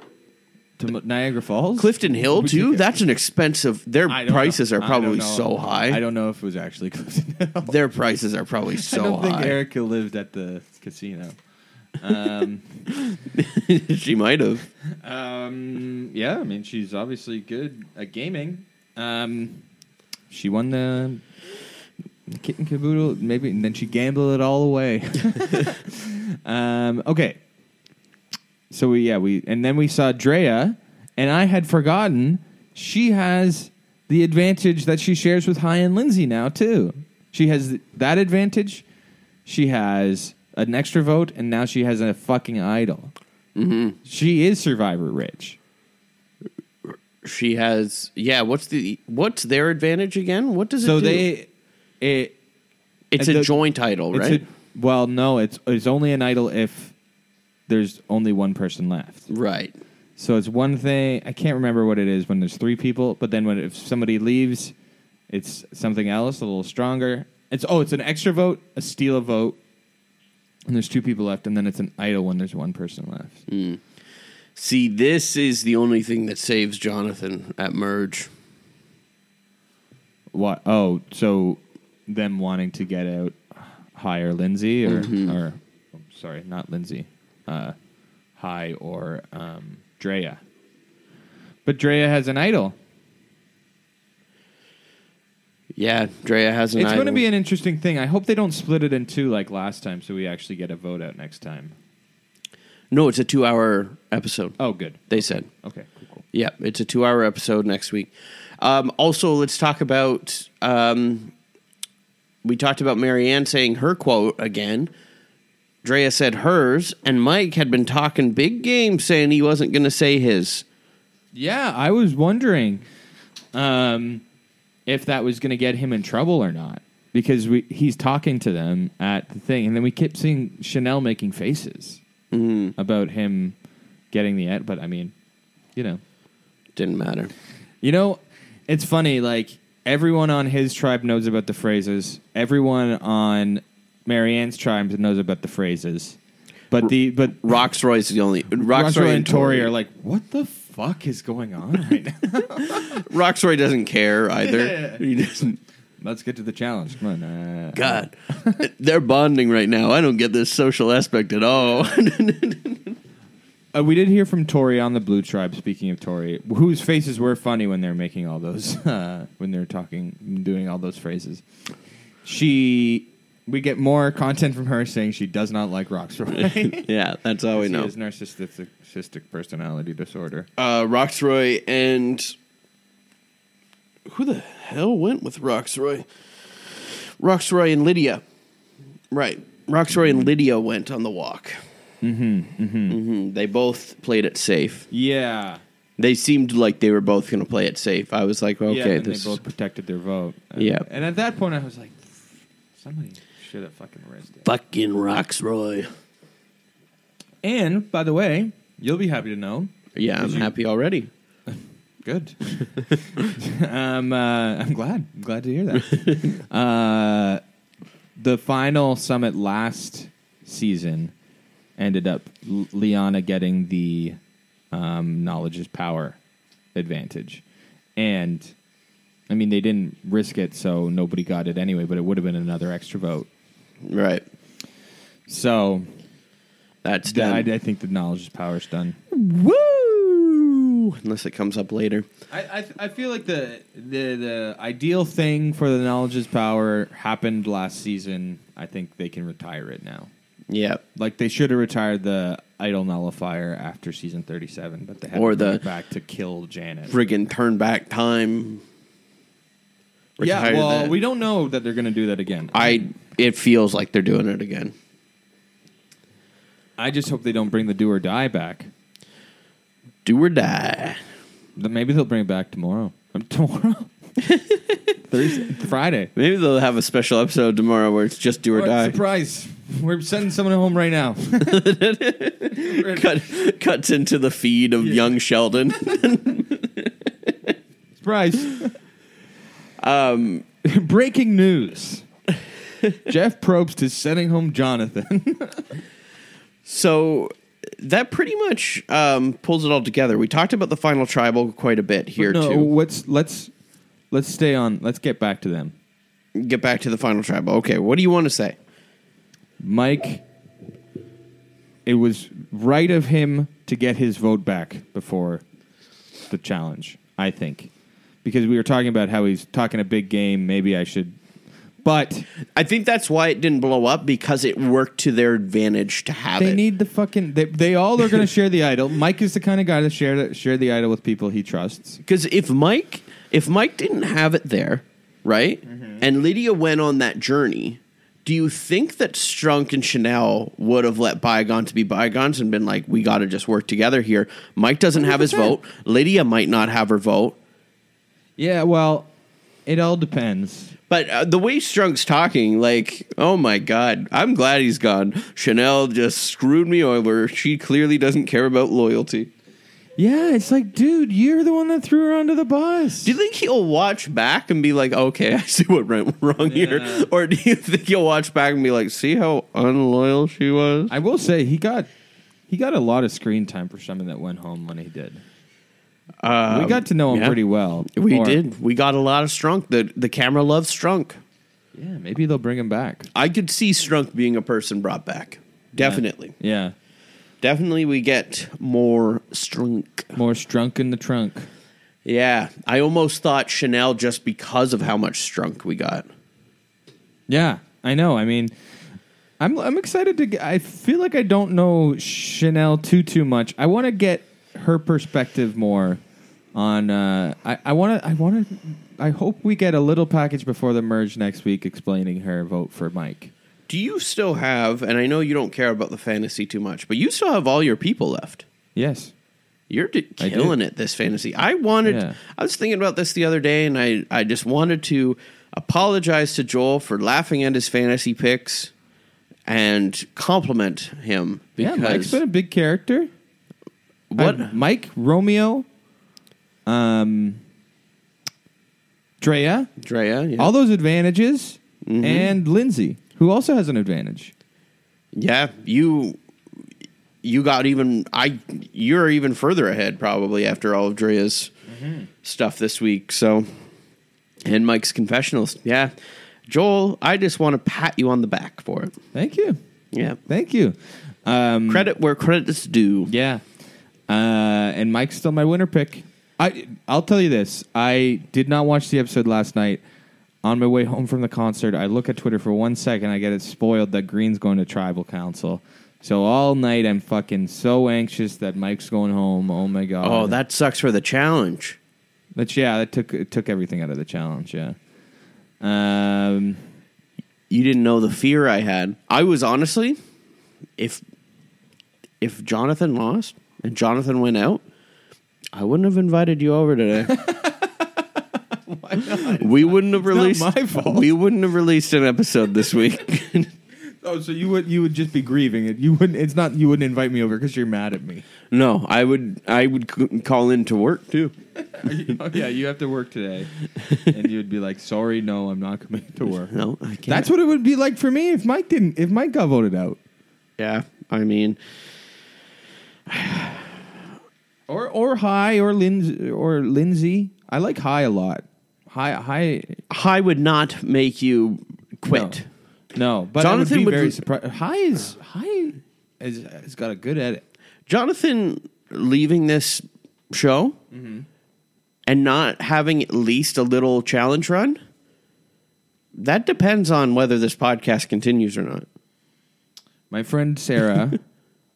Speaker 3: To M- Niagara Falls,
Speaker 1: Clifton Hill
Speaker 3: We
Speaker 1: too.
Speaker 3: took it.
Speaker 1: That's an expensive. Their
Speaker 3: I don't
Speaker 1: prices
Speaker 3: know.
Speaker 1: are
Speaker 3: I don't
Speaker 1: probably
Speaker 3: know.
Speaker 1: so high.
Speaker 3: I don't know if it was actually Clifton Hill.
Speaker 1: Their prices are probably so
Speaker 3: I don't
Speaker 1: high.
Speaker 3: think Erica lived at the casino.
Speaker 1: she might have.
Speaker 3: Um, yeah, I mean, she's obviously good at gaming. Um, she won the kit and caboodle, maybe, and then she gambled it all away. um, okay. So we, yeah, we, and then we saw Drea, and I had forgotten she has the advantage that she shares with High and Lindsay now too. She has that advantage. She has an extra vote, and now she has a fucking idol. She is Survivor Rich.
Speaker 1: She has. Yeah. What's the what's their advantage again? What does it?
Speaker 3: So
Speaker 1: do?
Speaker 3: they, it,
Speaker 1: It's
Speaker 3: and
Speaker 1: a
Speaker 3: the-
Speaker 1: joint title,
Speaker 3: it's
Speaker 1: right?
Speaker 3: a- well, no, it's it's only an idol if there's only one person left.
Speaker 1: right.
Speaker 3: So it's one thing. I can't remember what it is when there's three people, but then when if somebody leaves, it's something else, a little stronger. It's oh, it's an extra vote, a steal a vote, and there's two people left, and then it's an idol when there's one person left.
Speaker 1: See, this is the only thing that saves Jonathan at merge.
Speaker 3: What? Oh, so them wanting to get out higher, Lindsay, or
Speaker 1: Mm-hmm.
Speaker 3: or oh, sorry, not Lindsay, uh, high or um, Drea. But Drea has an idol.
Speaker 1: Yeah, Drea has an
Speaker 3: It's going to
Speaker 1: idol.
Speaker 3: be an interesting thing. I hope they don't split it in two like last time, so we actually get a vote out next time.
Speaker 1: no, it's a two hour episode.
Speaker 3: Oh, good.
Speaker 1: They said.
Speaker 3: Okay, cool. cool.
Speaker 1: Yeah, it's a two hour episode next week. Um, also, let's talk about. Um, we talked about Marianne saying her quote again. Drea said hers, and Mike had been talking big game saying he wasn't going to say his.
Speaker 3: Yeah, I was wondering um, if that was going to get him in trouble or not because we he's talking to them at the thing, and then we kept seeing Chanel making faces about him getting the ad. But I mean, you know,
Speaker 1: Didn't matter.
Speaker 3: You know, it's funny. Like everyone on his tribe knows about the phrases. Everyone on Marianne's tribe knows about the phrases. But the but
Speaker 1: Roxroy is the only. Roxroy,
Speaker 3: Roxroy and Tori are like, what the fuck is going on right now?
Speaker 1: Roxroy doesn't care either. He doesn't.
Speaker 3: Let's get to the challenge. Come on. Uh,
Speaker 1: God, they're bonding right now. I don't get this social aspect at all.
Speaker 3: Uh, we did hear from Tori on the Blue Tribe. Speaking of Tori, whose faces were funny when they're making all those, uh, when they're talking, doing all those phrases. She, we get more content from her saying she does not like Roxroy.
Speaker 1: yeah, that's all we
Speaker 3: She
Speaker 1: know.
Speaker 3: has narcissistic narcissistic personality disorder.
Speaker 1: uh, Roxroy and who the hell went with Roxroy? Roxroy and Lydia, right? Roxroy
Speaker 3: Mm-hmm.
Speaker 1: and Lydia went on the walk. Mm-hmm, mm-hmm. They both played it safe.
Speaker 3: Yeah.
Speaker 1: They seemed like they were both going to play it safe. I was like,
Speaker 3: yeah,
Speaker 1: okay,
Speaker 3: and
Speaker 1: this.
Speaker 3: they both protected their vote. And-
Speaker 1: Yeah.
Speaker 3: And at that point, I was like, somebody should have fucking arrested.
Speaker 1: Fucking Roxroy.
Speaker 3: And by the way, you'll be happy to know.
Speaker 1: Yeah, I'm
Speaker 3: you-
Speaker 1: happy already.
Speaker 3: Good. um, uh, I'm glad. I'm glad to hear that. uh, the final summit last season ended up L- Liana getting the um, knowledge is power advantage, and I mean they didn't risk it, so nobody got it anyway. But it would have been another extra vote.
Speaker 1: Right.
Speaker 3: So
Speaker 1: That's
Speaker 3: I,
Speaker 1: done.
Speaker 3: I think the knowledge is power is done.
Speaker 1: Woo! Unless it comes up later.
Speaker 3: I, I, I feel like the, the the ideal thing for the knowledge is power happened last season. I think they can retire it now.
Speaker 1: Yeah.
Speaker 3: Like they should have retired the idol nullifier after season thirty seven, but they had
Speaker 1: Or
Speaker 3: to bring
Speaker 1: the-
Speaker 3: it back to kill Janet.
Speaker 1: Friggin' turn back time.
Speaker 3: yeah,
Speaker 1: Retire
Speaker 3: well,
Speaker 1: that.
Speaker 3: we don't know that they're going to do that again.
Speaker 1: I. It feels like they're doing it again.
Speaker 3: I just hope they don't bring the do or die back.
Speaker 1: Do or die.
Speaker 3: Th- Maybe they'll bring it back tomorrow. Um, tomorrow, Thursday, Friday.
Speaker 1: Maybe they'll have a special episode tomorrow where it's just do or die.
Speaker 3: Surprise! We're sending someone home right now.
Speaker 1: Cut, cuts into the feed of young Sheldon.
Speaker 3: Surprise. Um, breaking news. Jeff Probst is sending home Jonathan.
Speaker 1: so that pretty much um, pulls it all together. We talked about the final tribal quite a bit here
Speaker 3: no,
Speaker 1: too.
Speaker 3: let's let's let's stay on. Let's get back to them.
Speaker 1: Get back to the final tribal. Okay, what do you want to say?
Speaker 3: Mike. It was right of him to get his vote back before the challenge. I think because we were talking about how he's talking a big game. Maybe I should, but
Speaker 1: I think that's why it didn't blow up because it worked to their advantage to have
Speaker 3: They
Speaker 1: it.
Speaker 3: need the fucking. They, they all are going to share the idol. Mike is the kind of guy to share the, share the idol with people he trusts.
Speaker 1: Because if Mike, if Mike didn't have it there, right, and Lydia went on that journey, do you think that Strunk and Chanel would have let bygones be bygones and been like, we got to just work together here? Mike doesn't have his vote. Lydia might not have her vote.
Speaker 3: Yeah, well, it all depends.
Speaker 1: But uh, the way Strunk's talking, like, oh my God, I'm glad he's gone. Chanel just screwed me over. She clearly doesn't care about loyalty.
Speaker 3: Yeah, it's like, dude, you're the one that threw her under the bus.
Speaker 1: Do you think he'll watch back and be like, okay, I see what went wrong here? Or do you think he'll watch back and be like, see how unloyal she was?
Speaker 3: I will say he got he got a lot of screen time for someone that went home when he did. we got to know him
Speaker 1: yeah.
Speaker 3: pretty well.
Speaker 1: we
Speaker 3: Or-
Speaker 1: did. We got a lot of Strunk. The, the camera loves Strunk.
Speaker 3: Yeah, maybe they'll bring him back.
Speaker 1: I could see Strunk being a person brought back. Definitely.
Speaker 3: Yeah,
Speaker 1: Definitely we get more Strunk.
Speaker 3: more strunk in the trunk.
Speaker 1: Yeah, I almost thought Chanel just because of how much strunk we got.
Speaker 3: Yeah, I know. I mean, I'm I'm excited to. Get, I feel like I don't know Chanel too too much. I want to get her perspective more on. Uh, I want to. I want to. I hope we get a little package before the merge next week explaining her vote for Mike.
Speaker 1: Do you still have? And I know you don't care about the fantasy too much, but you still have all your people left.
Speaker 3: Yes.
Speaker 1: You're d-
Speaker 3: I do.
Speaker 1: killing it this fantasy. I wanted.
Speaker 3: Yeah.
Speaker 1: I was thinking about this the other day, and I I just wanted to apologize to Joel for laughing at his fantasy picks and compliment him
Speaker 3: Yeah,
Speaker 1: because
Speaker 3: Mike's been a big character.
Speaker 1: what
Speaker 3: I- Mike Romeo, um, Drea,
Speaker 1: Drea, yeah. Mm-hmm.
Speaker 3: all those advantages, and Lindsay, who also has an advantage.
Speaker 1: Yeah, you you got even I you're even further ahead probably after all of Drea's
Speaker 3: Mm-hmm.
Speaker 1: stuff this week. So and Mike's confessionals. Yeah. Joel, I just want to pat you on the back for it.
Speaker 3: Thank you.
Speaker 1: Yeah.
Speaker 3: Thank you. Um,
Speaker 1: Credit where credit's due.
Speaker 3: Yeah. Uh, and Mike's still my winner pick. I I'll tell you this. I did not watch the episode last night. On my way home from the concert, I look at Twitter for one second. I get it spoiled that Green's going to tribal council. So all night I'm fucking so anxious that Mike's going home. Oh my god.
Speaker 1: Oh, that sucks for the challenge.
Speaker 3: That's yeah. That took it took everything out of the challenge. Yeah. Um.
Speaker 1: You didn't know the fear I had. I was honestly if if Jonathan lost and Jonathan went out, I wouldn't have invited you over today. We wouldn't have released
Speaker 3: my fault.
Speaker 1: We wouldn't have released an episode this week.
Speaker 3: Oh, so you would you would just be grieving it. You wouldn't. It's not you wouldn't invite me over because you're mad at me.
Speaker 1: no, I would I would c- call in to work too.
Speaker 3: Oh, yeah, you have to work today, and you would be like, "Sorry, no, I'm not coming to work."
Speaker 1: No, I can't.
Speaker 3: That's what it would be like for me if Mike didn't. If Mike got voted out,
Speaker 1: Yeah, I mean,
Speaker 3: or or High or Lindsay or Lindsay. I like High a lot. High High
Speaker 1: High would not make you quit.
Speaker 3: No, but
Speaker 1: Jonathan
Speaker 3: I would be
Speaker 1: would
Speaker 3: very
Speaker 1: l-
Speaker 3: surprised. High is High is has got a good edit.
Speaker 1: Jonathan leaving this show and not having at least a little challenge run. That depends on whether this podcast continues or not.
Speaker 3: My friend Sarah,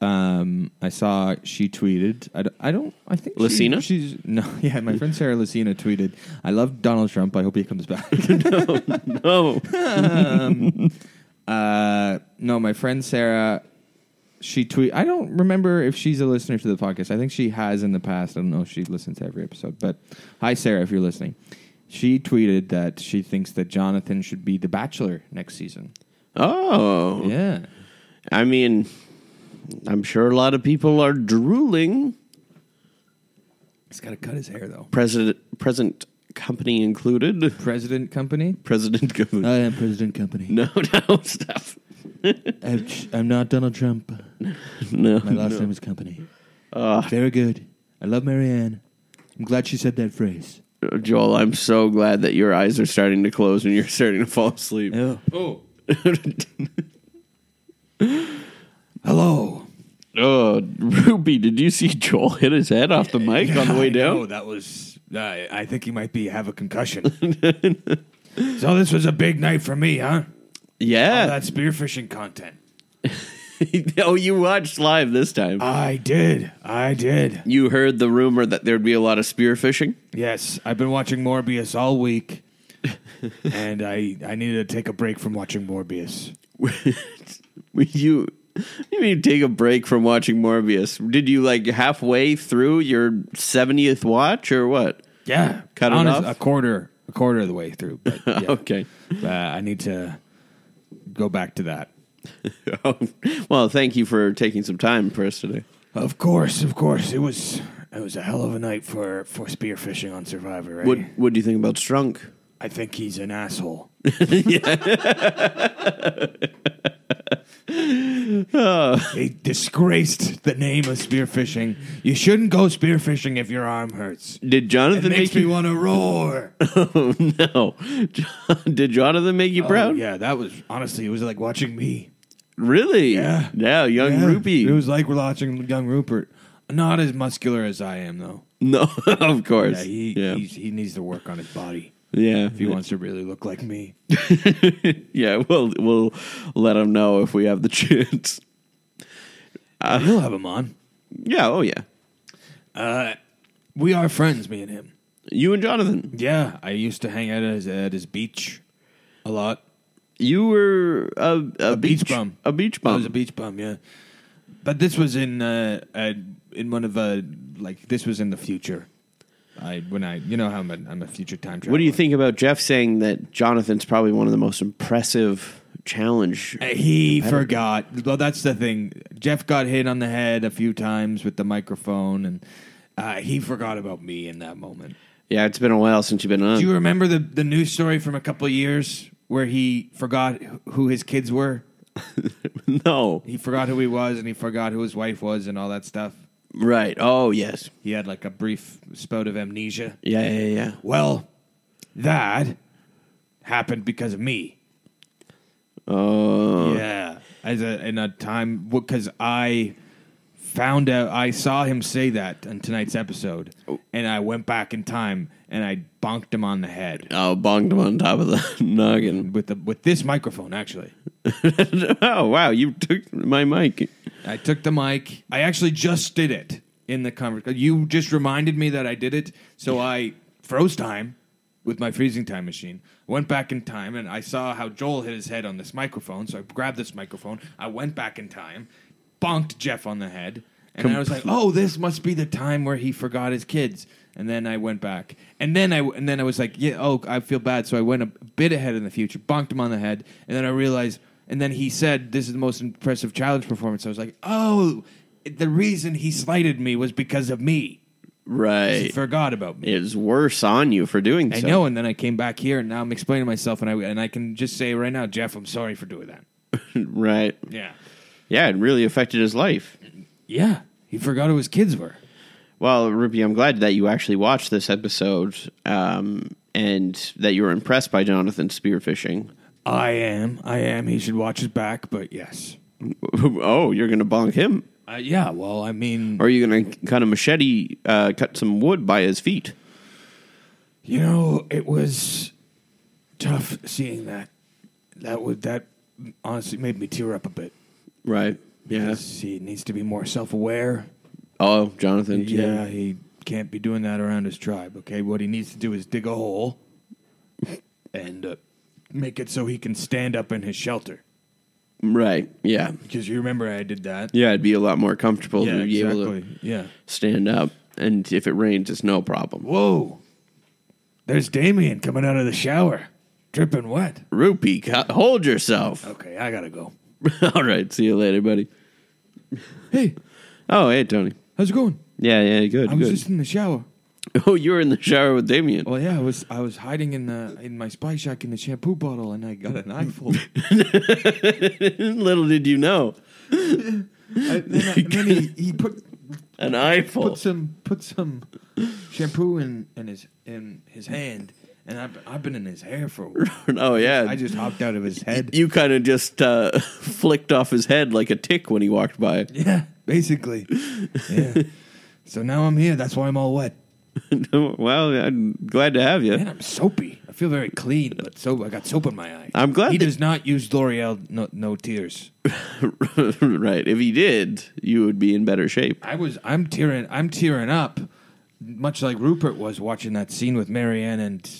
Speaker 3: um, I saw she tweeted. I, d- I don't. I think she-
Speaker 1: Lucina?
Speaker 3: she's no. Yeah, my friend Sarah Lucina tweeted. I love Donald Trump. I hope he comes back.
Speaker 1: Oh,
Speaker 3: Uh, no, my friend Sarah, she tweet. I don't remember if she's a listener to the podcast. I think she has in the past. I don't know if she listens to every episode. But hi, Sarah, if you're listening, she tweeted that she thinks that Jonathan should be the Bachelor next season.
Speaker 1: oh,
Speaker 3: Yeah,
Speaker 1: I mean, I'm sure a lot of people are drooling.
Speaker 3: he's got to cut his hair though.
Speaker 1: President, present company included.
Speaker 3: President company.
Speaker 1: President company.
Speaker 3: I am president company.
Speaker 1: no, no stuff.
Speaker 3: I'm, I'm not Donald Trump.
Speaker 1: No.
Speaker 3: My last name is company. Very good. I love Marianne. I'm glad she said that phrase.
Speaker 1: Joel, I'm so glad that your eyes are starting to close and you're starting to fall asleep.
Speaker 3: Oh. Hello.
Speaker 1: Oh, Ruby, did you see Joel hit his head off the mic on the
Speaker 3: Oh,
Speaker 1: way down?
Speaker 3: that was. I I think he might be have a concussion. so this was a big night for me, huh?
Speaker 1: Yeah.
Speaker 3: That spearfishing content.
Speaker 1: oh, you watched live this time.
Speaker 3: I did. I did.
Speaker 1: you heard the rumor that there'd be a lot of spear fishing.
Speaker 3: Yes, I've been watching Morbius all week, and I I needed to take a break from watching Morbius.
Speaker 1: you, you mean take a break from watching Morbius? Did you like halfway through your 70th watch or what?
Speaker 3: Yeah,
Speaker 1: Cut it
Speaker 3: honest-
Speaker 1: off?
Speaker 3: a quarter a quarter of the way through. But yeah,
Speaker 1: Okay.
Speaker 3: uh, I need to go back to that.
Speaker 1: Oh, well, thank you for taking some time for us today.
Speaker 3: Of course, of course, it was it was a hell of a night for for spearfishing on Survivor. eh? Right?
Speaker 1: What What do you think about Strunk?
Speaker 3: I think he's an asshole. He disgraced the name of spearfishing. You shouldn't go spearfishing if your arm hurts.
Speaker 1: Did Jonathan
Speaker 3: It makes
Speaker 1: make
Speaker 3: me
Speaker 1: you?
Speaker 3: want to roar.
Speaker 1: No. Did Jonathan make you
Speaker 3: Oh,
Speaker 1: proud?
Speaker 3: yeah, that was honestly, it was like watching me.
Speaker 1: Really?
Speaker 3: Yeah.
Speaker 1: Yeah, young Ruby.
Speaker 3: It was like we're watching young Rupert. not as muscular as I am, though.
Speaker 1: No, of course.
Speaker 3: Yeah, he
Speaker 1: yeah.
Speaker 3: he's- he needs to work on his body
Speaker 1: Yeah,
Speaker 3: if he wants to really look like me.
Speaker 1: Yeah, we'll we'll let him know if we have the chance. Ah.
Speaker 3: We'll have him on.
Speaker 1: Yeah. Oh yeah.
Speaker 3: We are friends, me and him.
Speaker 1: You and Jonathan.
Speaker 3: Yeah, I used to hang out at his, at his beach a lot.
Speaker 1: You were a, a,
Speaker 3: beach bum.
Speaker 1: A beach
Speaker 3: I
Speaker 1: bum.
Speaker 3: was a beach bum, yeah. But this was in uh, uh, in one of uh, like this was in the future. I when I you know how I'm a, I'm a future time traveler.
Speaker 1: What do you think about Jeff saying that Jonathan's probably one of the most impressive challenge?
Speaker 3: Uh, He forgot. Well, that's the thing. Jeff got hit on the head a few times with the microphone, and uh, he forgot about me in that moment.
Speaker 1: Yeah, it's been a while since you've been on.
Speaker 3: Do you remember the the news story from a couple of years where he forgot who his kids were?
Speaker 1: no.
Speaker 3: He forgot who he was, and he forgot who his wife was, and all that stuff.
Speaker 1: Right. Oh yes.
Speaker 3: He had like a brief spout of amnesia.
Speaker 1: Yeah. Yeah. Yeah.
Speaker 3: Well, that happened because of me.
Speaker 1: Oh.
Speaker 3: Yeah, as a in a time because I found out I saw him say that on tonight's episode, and I went back in time and I bonked him on the head
Speaker 1: Oh, bonged him on top of the noggin.
Speaker 3: with the with this microphone. Actually,
Speaker 1: oh wow, you took my mic.
Speaker 3: I took the mic. I actually just did it in the conversation. You just reminded me that I did it, so I froze time with my freezing time machine. Went back in time, and I saw how Joel hit his head on this microphone. So I grabbed this microphone. I went back in time, bonked Jeff on the head, and I was like, "Oh, this must be the time where he forgot his kids." And then I went back, and then I and then I was like, "Yeah, oh, I feel bad." So I went a bit ahead in the future, bonked him on the head, and then I realized. And then he said, "This is the most impressive challenge performance." I was like, "Oh, the reason he slighted me was because of me. He
Speaker 1: Right.
Speaker 3: forgot about me."
Speaker 1: It's worse on you for doing
Speaker 3: I
Speaker 1: so.
Speaker 3: know. And then I came back here, and now I'm explaining myself, and I and I can just say right now, Jeff, I'm sorry for doing that.
Speaker 1: Right.
Speaker 3: Yeah,
Speaker 1: Yeah, it really affected his life.
Speaker 3: yeah. He forgot who his kids were.
Speaker 1: Well, Ruby, I'm glad that you actually watched this episode um, and that you were impressed by Jonathan spearfishing.
Speaker 3: I am. I am. He should watch his back, but yes.
Speaker 1: oh, you're going to bonk him?
Speaker 3: Uh, yeah, well, I mean,
Speaker 1: Or are you going to cut a machete, uh, cut some wood by his feet?
Speaker 3: you know, it was tough seeing that. That would that honestly made me tear up a bit.
Speaker 1: Right. Yeah.
Speaker 3: 'Cause He needs to be more self-aware.
Speaker 1: Oh, Jonathan.
Speaker 3: Yeah, he can't be doing that around his tribe. Okay, what he needs to do is dig a hole and uh, make it so he can stand up in his shelter.
Speaker 1: Right. Yeah.
Speaker 3: Because you remember I did that.
Speaker 1: Yeah, it'd be a lot more comfortable to be able to
Speaker 3: exactly. Yeah.
Speaker 1: stand up. And if it rains, it's no problem.
Speaker 3: Whoa. There's Damien coming out of the shower, dripping wet.
Speaker 1: Rupee, co- hold yourself.
Speaker 3: Okay, I gotta go.
Speaker 1: All right. See you later, buddy.
Speaker 3: Hey,
Speaker 1: Oh, hey, Tony.
Speaker 3: how's it going?
Speaker 1: Yeah, yeah, good,
Speaker 3: I was
Speaker 1: good.
Speaker 3: just Oh. in the shower.
Speaker 1: Oh, you were in the shower with Damien.
Speaker 3: Well, yeah, I was I was hiding in the in my spy shack in the shampoo bottle, and I got an eyeful.
Speaker 1: Little did you know,
Speaker 3: I, then, I- and then he, he put
Speaker 1: an
Speaker 3: put
Speaker 1: eyeful.
Speaker 3: some put some shampoo in, in his in his hand, and I've I've been in his hair for a while.
Speaker 1: Oh yeah,
Speaker 3: I just hopped out of his head.
Speaker 1: you kind of just uh, flicked off his head like a tick when he walked by.
Speaker 3: yeah, basically. Yeah. so now I'm here. That's why I'm all wet.
Speaker 1: well, I'm glad to have
Speaker 3: Man,
Speaker 1: you.
Speaker 3: I'm soapy. I feel very clean, but soap. I got soap in my eye.
Speaker 1: I'm glad
Speaker 3: he
Speaker 1: that-
Speaker 3: does not use L'Oreal. No, no tears.
Speaker 1: right, if he did, you would be in better shape.
Speaker 3: I was. I'm tearing. I'm tearing up, much like Rupert was watching that scene with Marianne and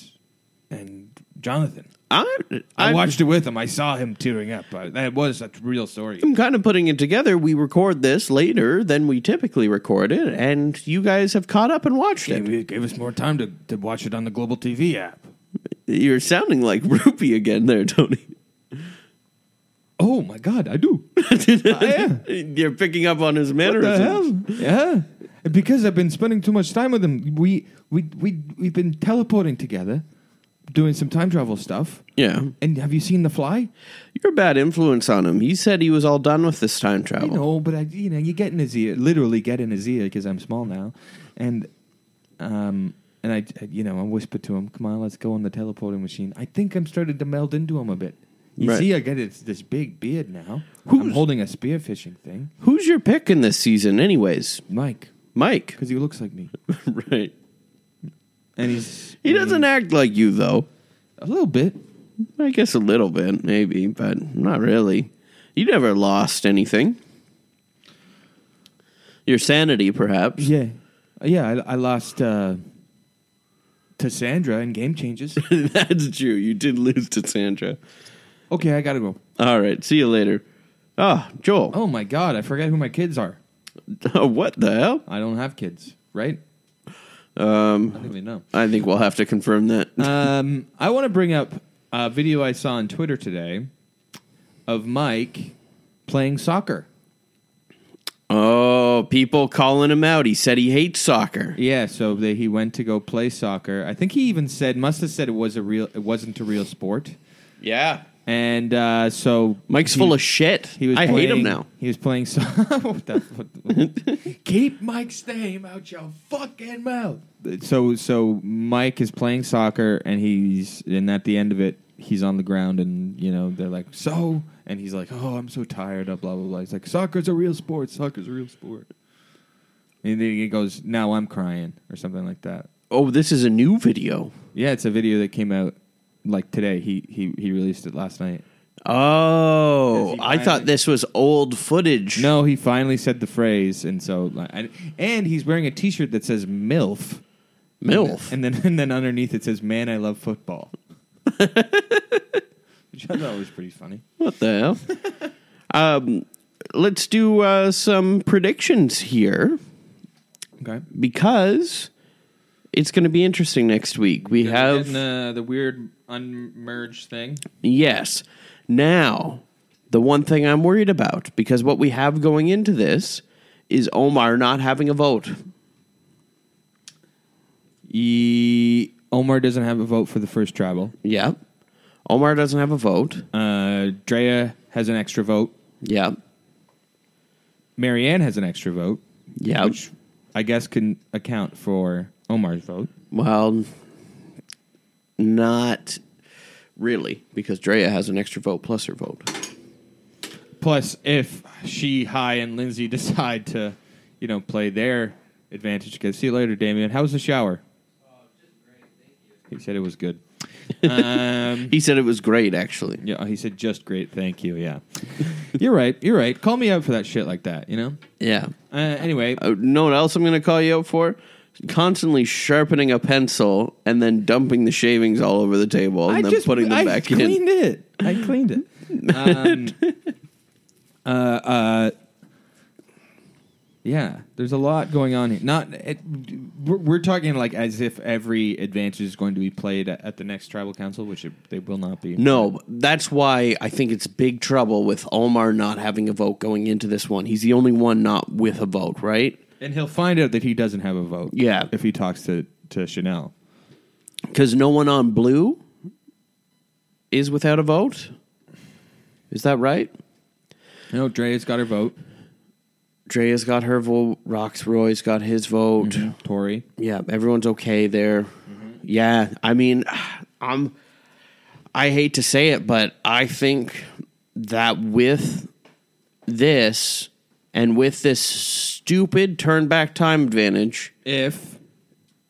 Speaker 3: and Jonathan.
Speaker 1: I,
Speaker 3: I watched it with him. I saw him tearing up. Uh, that was a real story.
Speaker 1: I'm kind of putting it together. We record this later than we typically record it, and you guys have caught up and watched
Speaker 3: Gave,
Speaker 1: it.
Speaker 3: it gave us more time to, to watch it on the Global TV app.
Speaker 1: You're sounding like Rupee again, there, Tony.
Speaker 3: Oh my God, I do.
Speaker 1: You're picking up on his mannerisms.
Speaker 3: Yeah, because I've been spending too much time with him. We we we we've been teleporting together, doing some time travel stuff.
Speaker 1: Yeah.
Speaker 3: And have you seen The Fly?
Speaker 1: You're a bad influence on him. He said he was all done with this time travel.
Speaker 3: You know, but I, you know, you get in his ear, literally get in his ear because I'm small now, and um, and I, I- you know, I whisper to him, "Come on, let's go on the teleporting machine." I think I'm starting to meld into him a bit. You
Speaker 1: Right.
Speaker 3: see, I get it's this big beard now. I'm
Speaker 1: Who's-
Speaker 3: holding a spearfishing thing,
Speaker 1: Who's your pick in this season, anyways?
Speaker 3: Mike.
Speaker 1: Mike.
Speaker 3: because he looks like me,
Speaker 1: right.
Speaker 3: and he's
Speaker 1: He doesn't act like you though.
Speaker 3: a little bit.
Speaker 1: I guess a little bit, maybe, but not really. You never lost anything. Your sanity, perhaps.
Speaker 3: Yeah, yeah. I, I lost uh, to Sandra in game changes.
Speaker 1: That's true. You did lose to Sandra.
Speaker 3: okay, I gotta go.
Speaker 1: All right. See you later. Ah, Joel.
Speaker 3: Oh my god, I forgot who my kids are. Oh.
Speaker 1: what the hell?
Speaker 3: I don't have kids, right? Um, I think they know.
Speaker 1: I think we'll have to confirm that.
Speaker 3: Um, I want to bring up a video I saw on Twitter today of Mike playing soccer.
Speaker 1: oh, people calling him out. He said he hates soccer.
Speaker 3: Yeah, so they, he went to go play soccer. I think he even said, must have said it was a real, it wasn't a real sport.
Speaker 1: Yeah.
Speaker 3: And uh, so
Speaker 1: Mike's
Speaker 3: he-
Speaker 1: full of shit.
Speaker 3: He was.
Speaker 1: I hate
Speaker 3: playing-
Speaker 1: him now.
Speaker 3: He was playing. So- What the- what- Keep Mike's name out your fucking mouth. So so Mike is playing soccer, and he's and at the end of it, he's on the ground, and you know they're like so, and he's like, oh, I'm so tired. Blah blah blah. He's like, soccer's a real sport. Soccer's a real sport. And then he goes, now I'm crying or something like that.
Speaker 1: Oh, this is a new video.
Speaker 3: Yeah, it's a video that came out like today. He he he released it last night. Is
Speaker 1: Oh,
Speaker 3: he
Speaker 1: I thought
Speaker 3: finally-
Speaker 1: this was old footage.
Speaker 3: No, he finally said the phrase, and so like, and, and he's wearing a T-shirt that says MILF,
Speaker 1: MILF.
Speaker 3: and then and then underneath it says "Man, I love football," which I thought was pretty funny.
Speaker 1: What the hell? um, let's do uh, some predictions here
Speaker 3: Okay,
Speaker 1: because it's going to be interesting next week. We have
Speaker 3: uh, the weird unmerged thing.
Speaker 1: yes. Now, the one thing I'm worried about because what we have going into this is Omar not having a vote.
Speaker 3: Omar doesn't have a vote for the first tribal.
Speaker 1: Yeah. Omar doesn't have a vote.
Speaker 3: Uh, Drea has an extra vote.
Speaker 1: Yeah.
Speaker 3: Marianne has an extra vote,
Speaker 1: Yeah.
Speaker 3: which I guess can account for Omar's vote.
Speaker 1: Well, not really because Drea has an extra vote plus her vote.
Speaker 3: Plus, if she, High, and Lindsay decide to, you know, play their advantage, because see you later, Damien. How was the shower? He said it was good. um,
Speaker 1: He said it was great, actually.
Speaker 3: yeah, he said just great. Thank you. Yeah, you're right. You're right. Call me out for that shit like that. You know.
Speaker 1: Yeah.
Speaker 3: Uh, anyway,
Speaker 1: Uh, know what else I'm going to call you out for? Constantly sharpening a pencil and then dumping the shavings all over the table and
Speaker 3: I
Speaker 1: then
Speaker 3: just
Speaker 1: putting them
Speaker 3: I
Speaker 1: back in.
Speaker 3: cleaned it. I cleaned it. Um, uh, uh, yeah, there's a lot going on here. Not it, we're, we're talking like as if every advantage is going to be played at, at the next tribal council, which it, they will not be.
Speaker 1: No, that's why I think it's big trouble with Omar not having a vote going into this one. He's the only one not with a vote, right?
Speaker 3: and he'll find out that he doesn't have a vote.
Speaker 1: Yeah.
Speaker 3: if he talks to to Chanel.
Speaker 1: Because no one on blue is without a vote. Is that right?
Speaker 3: No, Drea's got her vote.
Speaker 1: Drea's got her vote. Roxroy's got his vote.
Speaker 3: Mm-hmm. Tori,
Speaker 1: yeah, everyone's okay there. Yeah, I mean, I'm. I hate to say it, but I think that with this and with this stupid turn back time advantage,
Speaker 3: if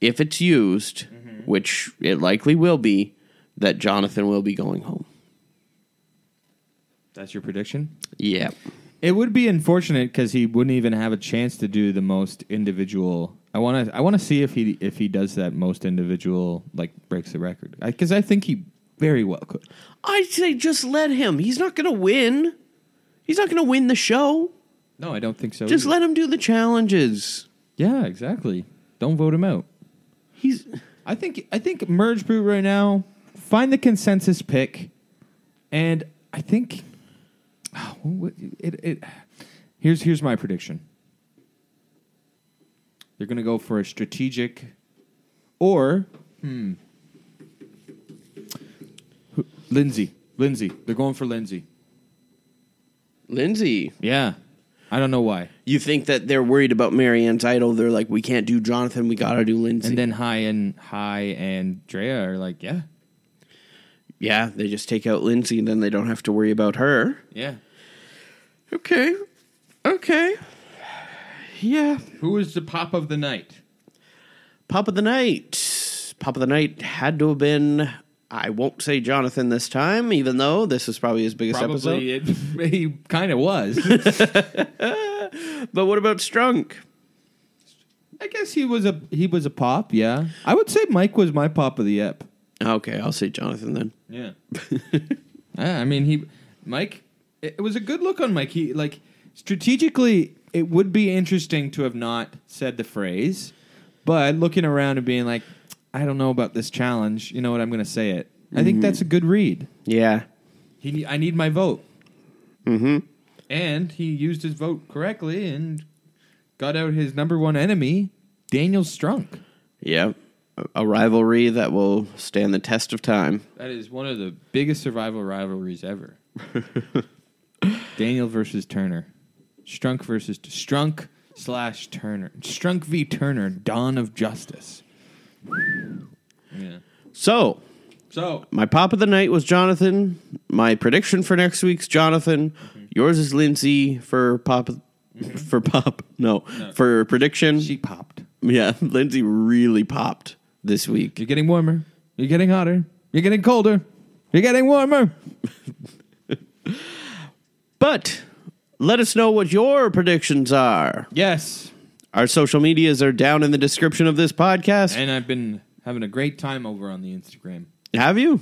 Speaker 1: if Mm-hmm. it's used, which it likely will be, that Jonathan will be going home.
Speaker 3: that's your prediction.
Speaker 1: Yeah.
Speaker 3: It would be unfortunate because he wouldn't even have a chance to do the most individual. I want to. I want to see if he if he does that most individual like breaks the record because I, think he very well could.
Speaker 1: I'd say just let him. He's not going to win. He's not going to win the show.
Speaker 3: No, I don't think so.
Speaker 1: Just
Speaker 3: either.
Speaker 1: let him do the challenges.
Speaker 3: yeah, exactly. Don't vote him out.
Speaker 1: He's
Speaker 3: I think I think merge boot right now. Find the consensus pick, and I think oh, what- it, it. Here's here's my prediction. They're going to go for a strategic, or hmm, Lindsay, Lindsay. They're going for Lindsay.
Speaker 1: Lindsay.
Speaker 3: Yeah, I don't know why.
Speaker 1: You think that they're worried about Marianne's idol? They're like, we can't do Jonathan. We gotta do Lindsay.
Speaker 3: And then High and High and Drea are like, yeah,
Speaker 1: yeah, they just take out Lindsay, and then they don't have to worry about her.
Speaker 3: yeah.
Speaker 1: Okay, okay. Yeah.
Speaker 3: Who is the pop of the night?
Speaker 1: Pop of the night. Pop of the night had to have been. I won't say Jonathan this time, even though this is probably his biggest
Speaker 3: Probably
Speaker 1: episode.
Speaker 3: it, he kind of was.
Speaker 1: But what about Strunk?
Speaker 3: I guess he was a he was a pop. Yeah, I would say Mike was my pop of the ep.
Speaker 1: Okay, I'll say Jonathan then.
Speaker 3: Yeah. I I mean, he, Mike, it it was a good look on Mike. He, like, strategically, it would be interesting to have not said the phrase, but looking around and being like, I don't know about this challenge. You know what? I'm going to say it. I think that's a good read.
Speaker 1: Yeah.
Speaker 3: He, ne- I need my vote. Mm-hmm. And he used his vote correctly and got out his number one enemy, Daniel Strunk.
Speaker 1: Yeah. A- A rivalry that will stand the test of time.
Speaker 3: That is one of the biggest survival rivalries ever. Daniel versus Turner. Strunk versus Strunk slash Turner. Strunk v. Turner, Dawn of Justice. yeah.
Speaker 1: So,
Speaker 3: So,
Speaker 1: my pop of the night was Jonathan. My prediction for next week's Jonathan.
Speaker 3: Mm-hmm.
Speaker 1: Yours is Lindsay for pop for pop. No, for prediction.
Speaker 3: she popped.
Speaker 1: yeah, Lindsay really popped this week.
Speaker 3: You're getting warmer. You're getting hotter. You're getting colder. You're getting warmer.
Speaker 1: But let us know what your predictions are.
Speaker 3: Yes.
Speaker 1: Our social medias are down in the description of this podcast.
Speaker 3: And I've been having a great time over on the Instagram.
Speaker 1: Have you?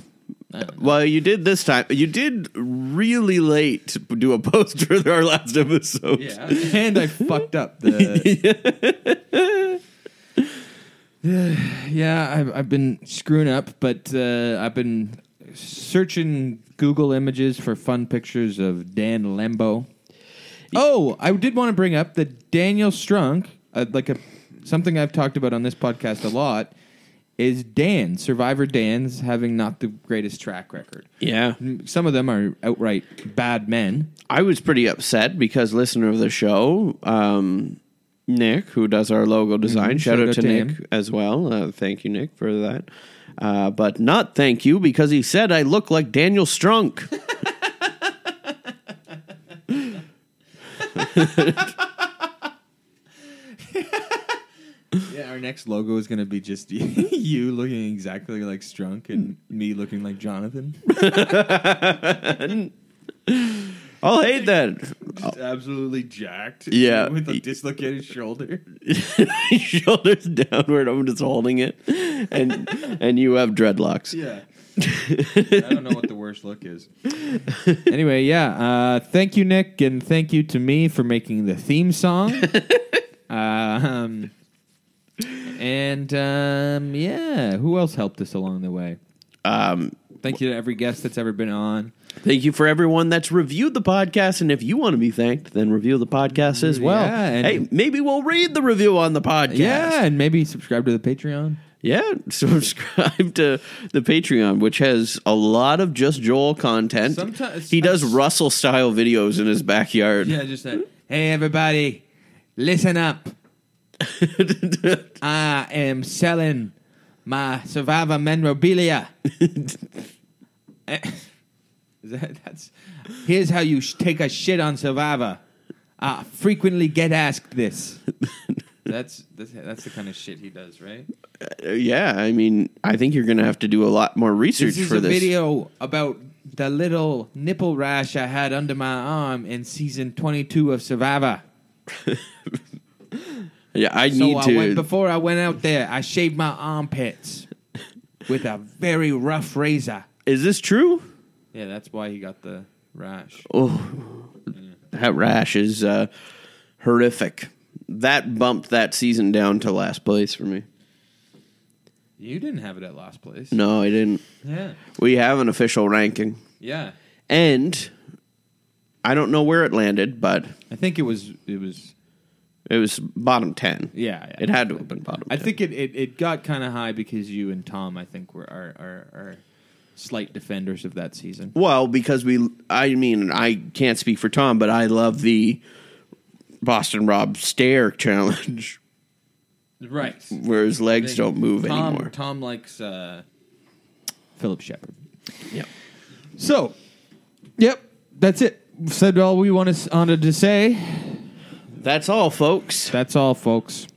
Speaker 1: Well, you did this time. You did really late to do a post for our last episode.
Speaker 3: and I fucked up the. yeah, I've, I've been screwing up, but uh, I've been searching Google images for fun pictures of Dan Lembo. Oh, I did want to bring up that Daniel Strunk, uh, like a something I've talked about on this podcast a lot, is Dan Survivor Dan's having not the greatest track record.
Speaker 1: Yeah.
Speaker 3: Some of them are outright bad men.
Speaker 1: I was pretty upset because listener of the show, um, Nick, who does our logo design, shout, out to, Nick
Speaker 3: him.
Speaker 1: as well. Uh, thank you, Nick, for that. Uh, but not thank you because he said I look like Daniel Strunk.
Speaker 3: Yeah, our next logo is going to be just you, you looking exactly like Strunk and me looking like Jonathan.
Speaker 1: I'll hate that.
Speaker 3: Just absolutely jacked.
Speaker 1: Yeah.
Speaker 3: With a dislocated shoulder.
Speaker 1: Shoulders downward, I'm just holding it, and and you have dreadlocks.
Speaker 3: Yeah. I don't know what the worst look is. Anyway, yeah. Uh, thank you, Nick, and thank you to me for making the theme song. um, and um, yeah, who else helped us along the way?
Speaker 1: Um,
Speaker 3: Thank you to every guest that's ever been on.
Speaker 1: Thank you for everyone that's reviewed the podcast. And if you want to be thanked, then review the podcast as well.
Speaker 3: Yeah, and-
Speaker 1: hey, maybe we'll read the review on the podcast.
Speaker 3: Yeah, and maybe subscribe to the Patreon.
Speaker 1: Yeah. Subscribe to the Patreon, which has a lot of just Joel content.
Speaker 3: Sometimes-
Speaker 1: he does Russell style videos in his backyard.
Speaker 3: Yeah, just that. Hey, everybody, listen up. I am selling my Survivor memorabilia. Eh, Is that, that's, here's how you sh- take a shit on Survivor. I frequently get asked this. That's, that's that's the kind of shit he does, right?
Speaker 1: Uh, yeah. I mean, I think you're going to have to do a lot more research
Speaker 3: This is
Speaker 1: for
Speaker 3: a
Speaker 1: this.
Speaker 3: video about the little nipple rash I had under my arm in season 22 of Survivor.
Speaker 1: Yeah, I
Speaker 3: So
Speaker 1: need
Speaker 3: I
Speaker 1: to.
Speaker 3: went before I went out there. I shaved my armpits with a very rough razor.
Speaker 1: is this true? Oh,
Speaker 3: Yeah, that's why he got the rash.
Speaker 1: That rash is uh, horrific. That bumped that season down to last place for me.
Speaker 3: You didn't have it at last place.
Speaker 1: No, I didn't.
Speaker 3: Yeah,
Speaker 1: We have an official ranking.
Speaker 3: yeah.
Speaker 1: And I don't know where it landed, but
Speaker 3: I think it was. It was.
Speaker 1: it was bottom 10.
Speaker 3: Yeah, yeah.
Speaker 1: It had to have been bottom
Speaker 3: I
Speaker 1: 10.
Speaker 3: think it, it, it got kind of high because you and Tom, I think, were are, are, are slight defenders of that season.
Speaker 1: Well, because we, I mean, I can't speak for Tom, but I love the Boston Rob stare challenge
Speaker 3: Right.
Speaker 1: where his legs don't move
Speaker 3: Tom,
Speaker 1: anymore.
Speaker 3: Tom likes uh, Philip Shepard.
Speaker 1: Yeah.
Speaker 3: So, yep, that's it. Said all we wanted wanted to say.
Speaker 1: That's all, folks.
Speaker 3: That's all, folks.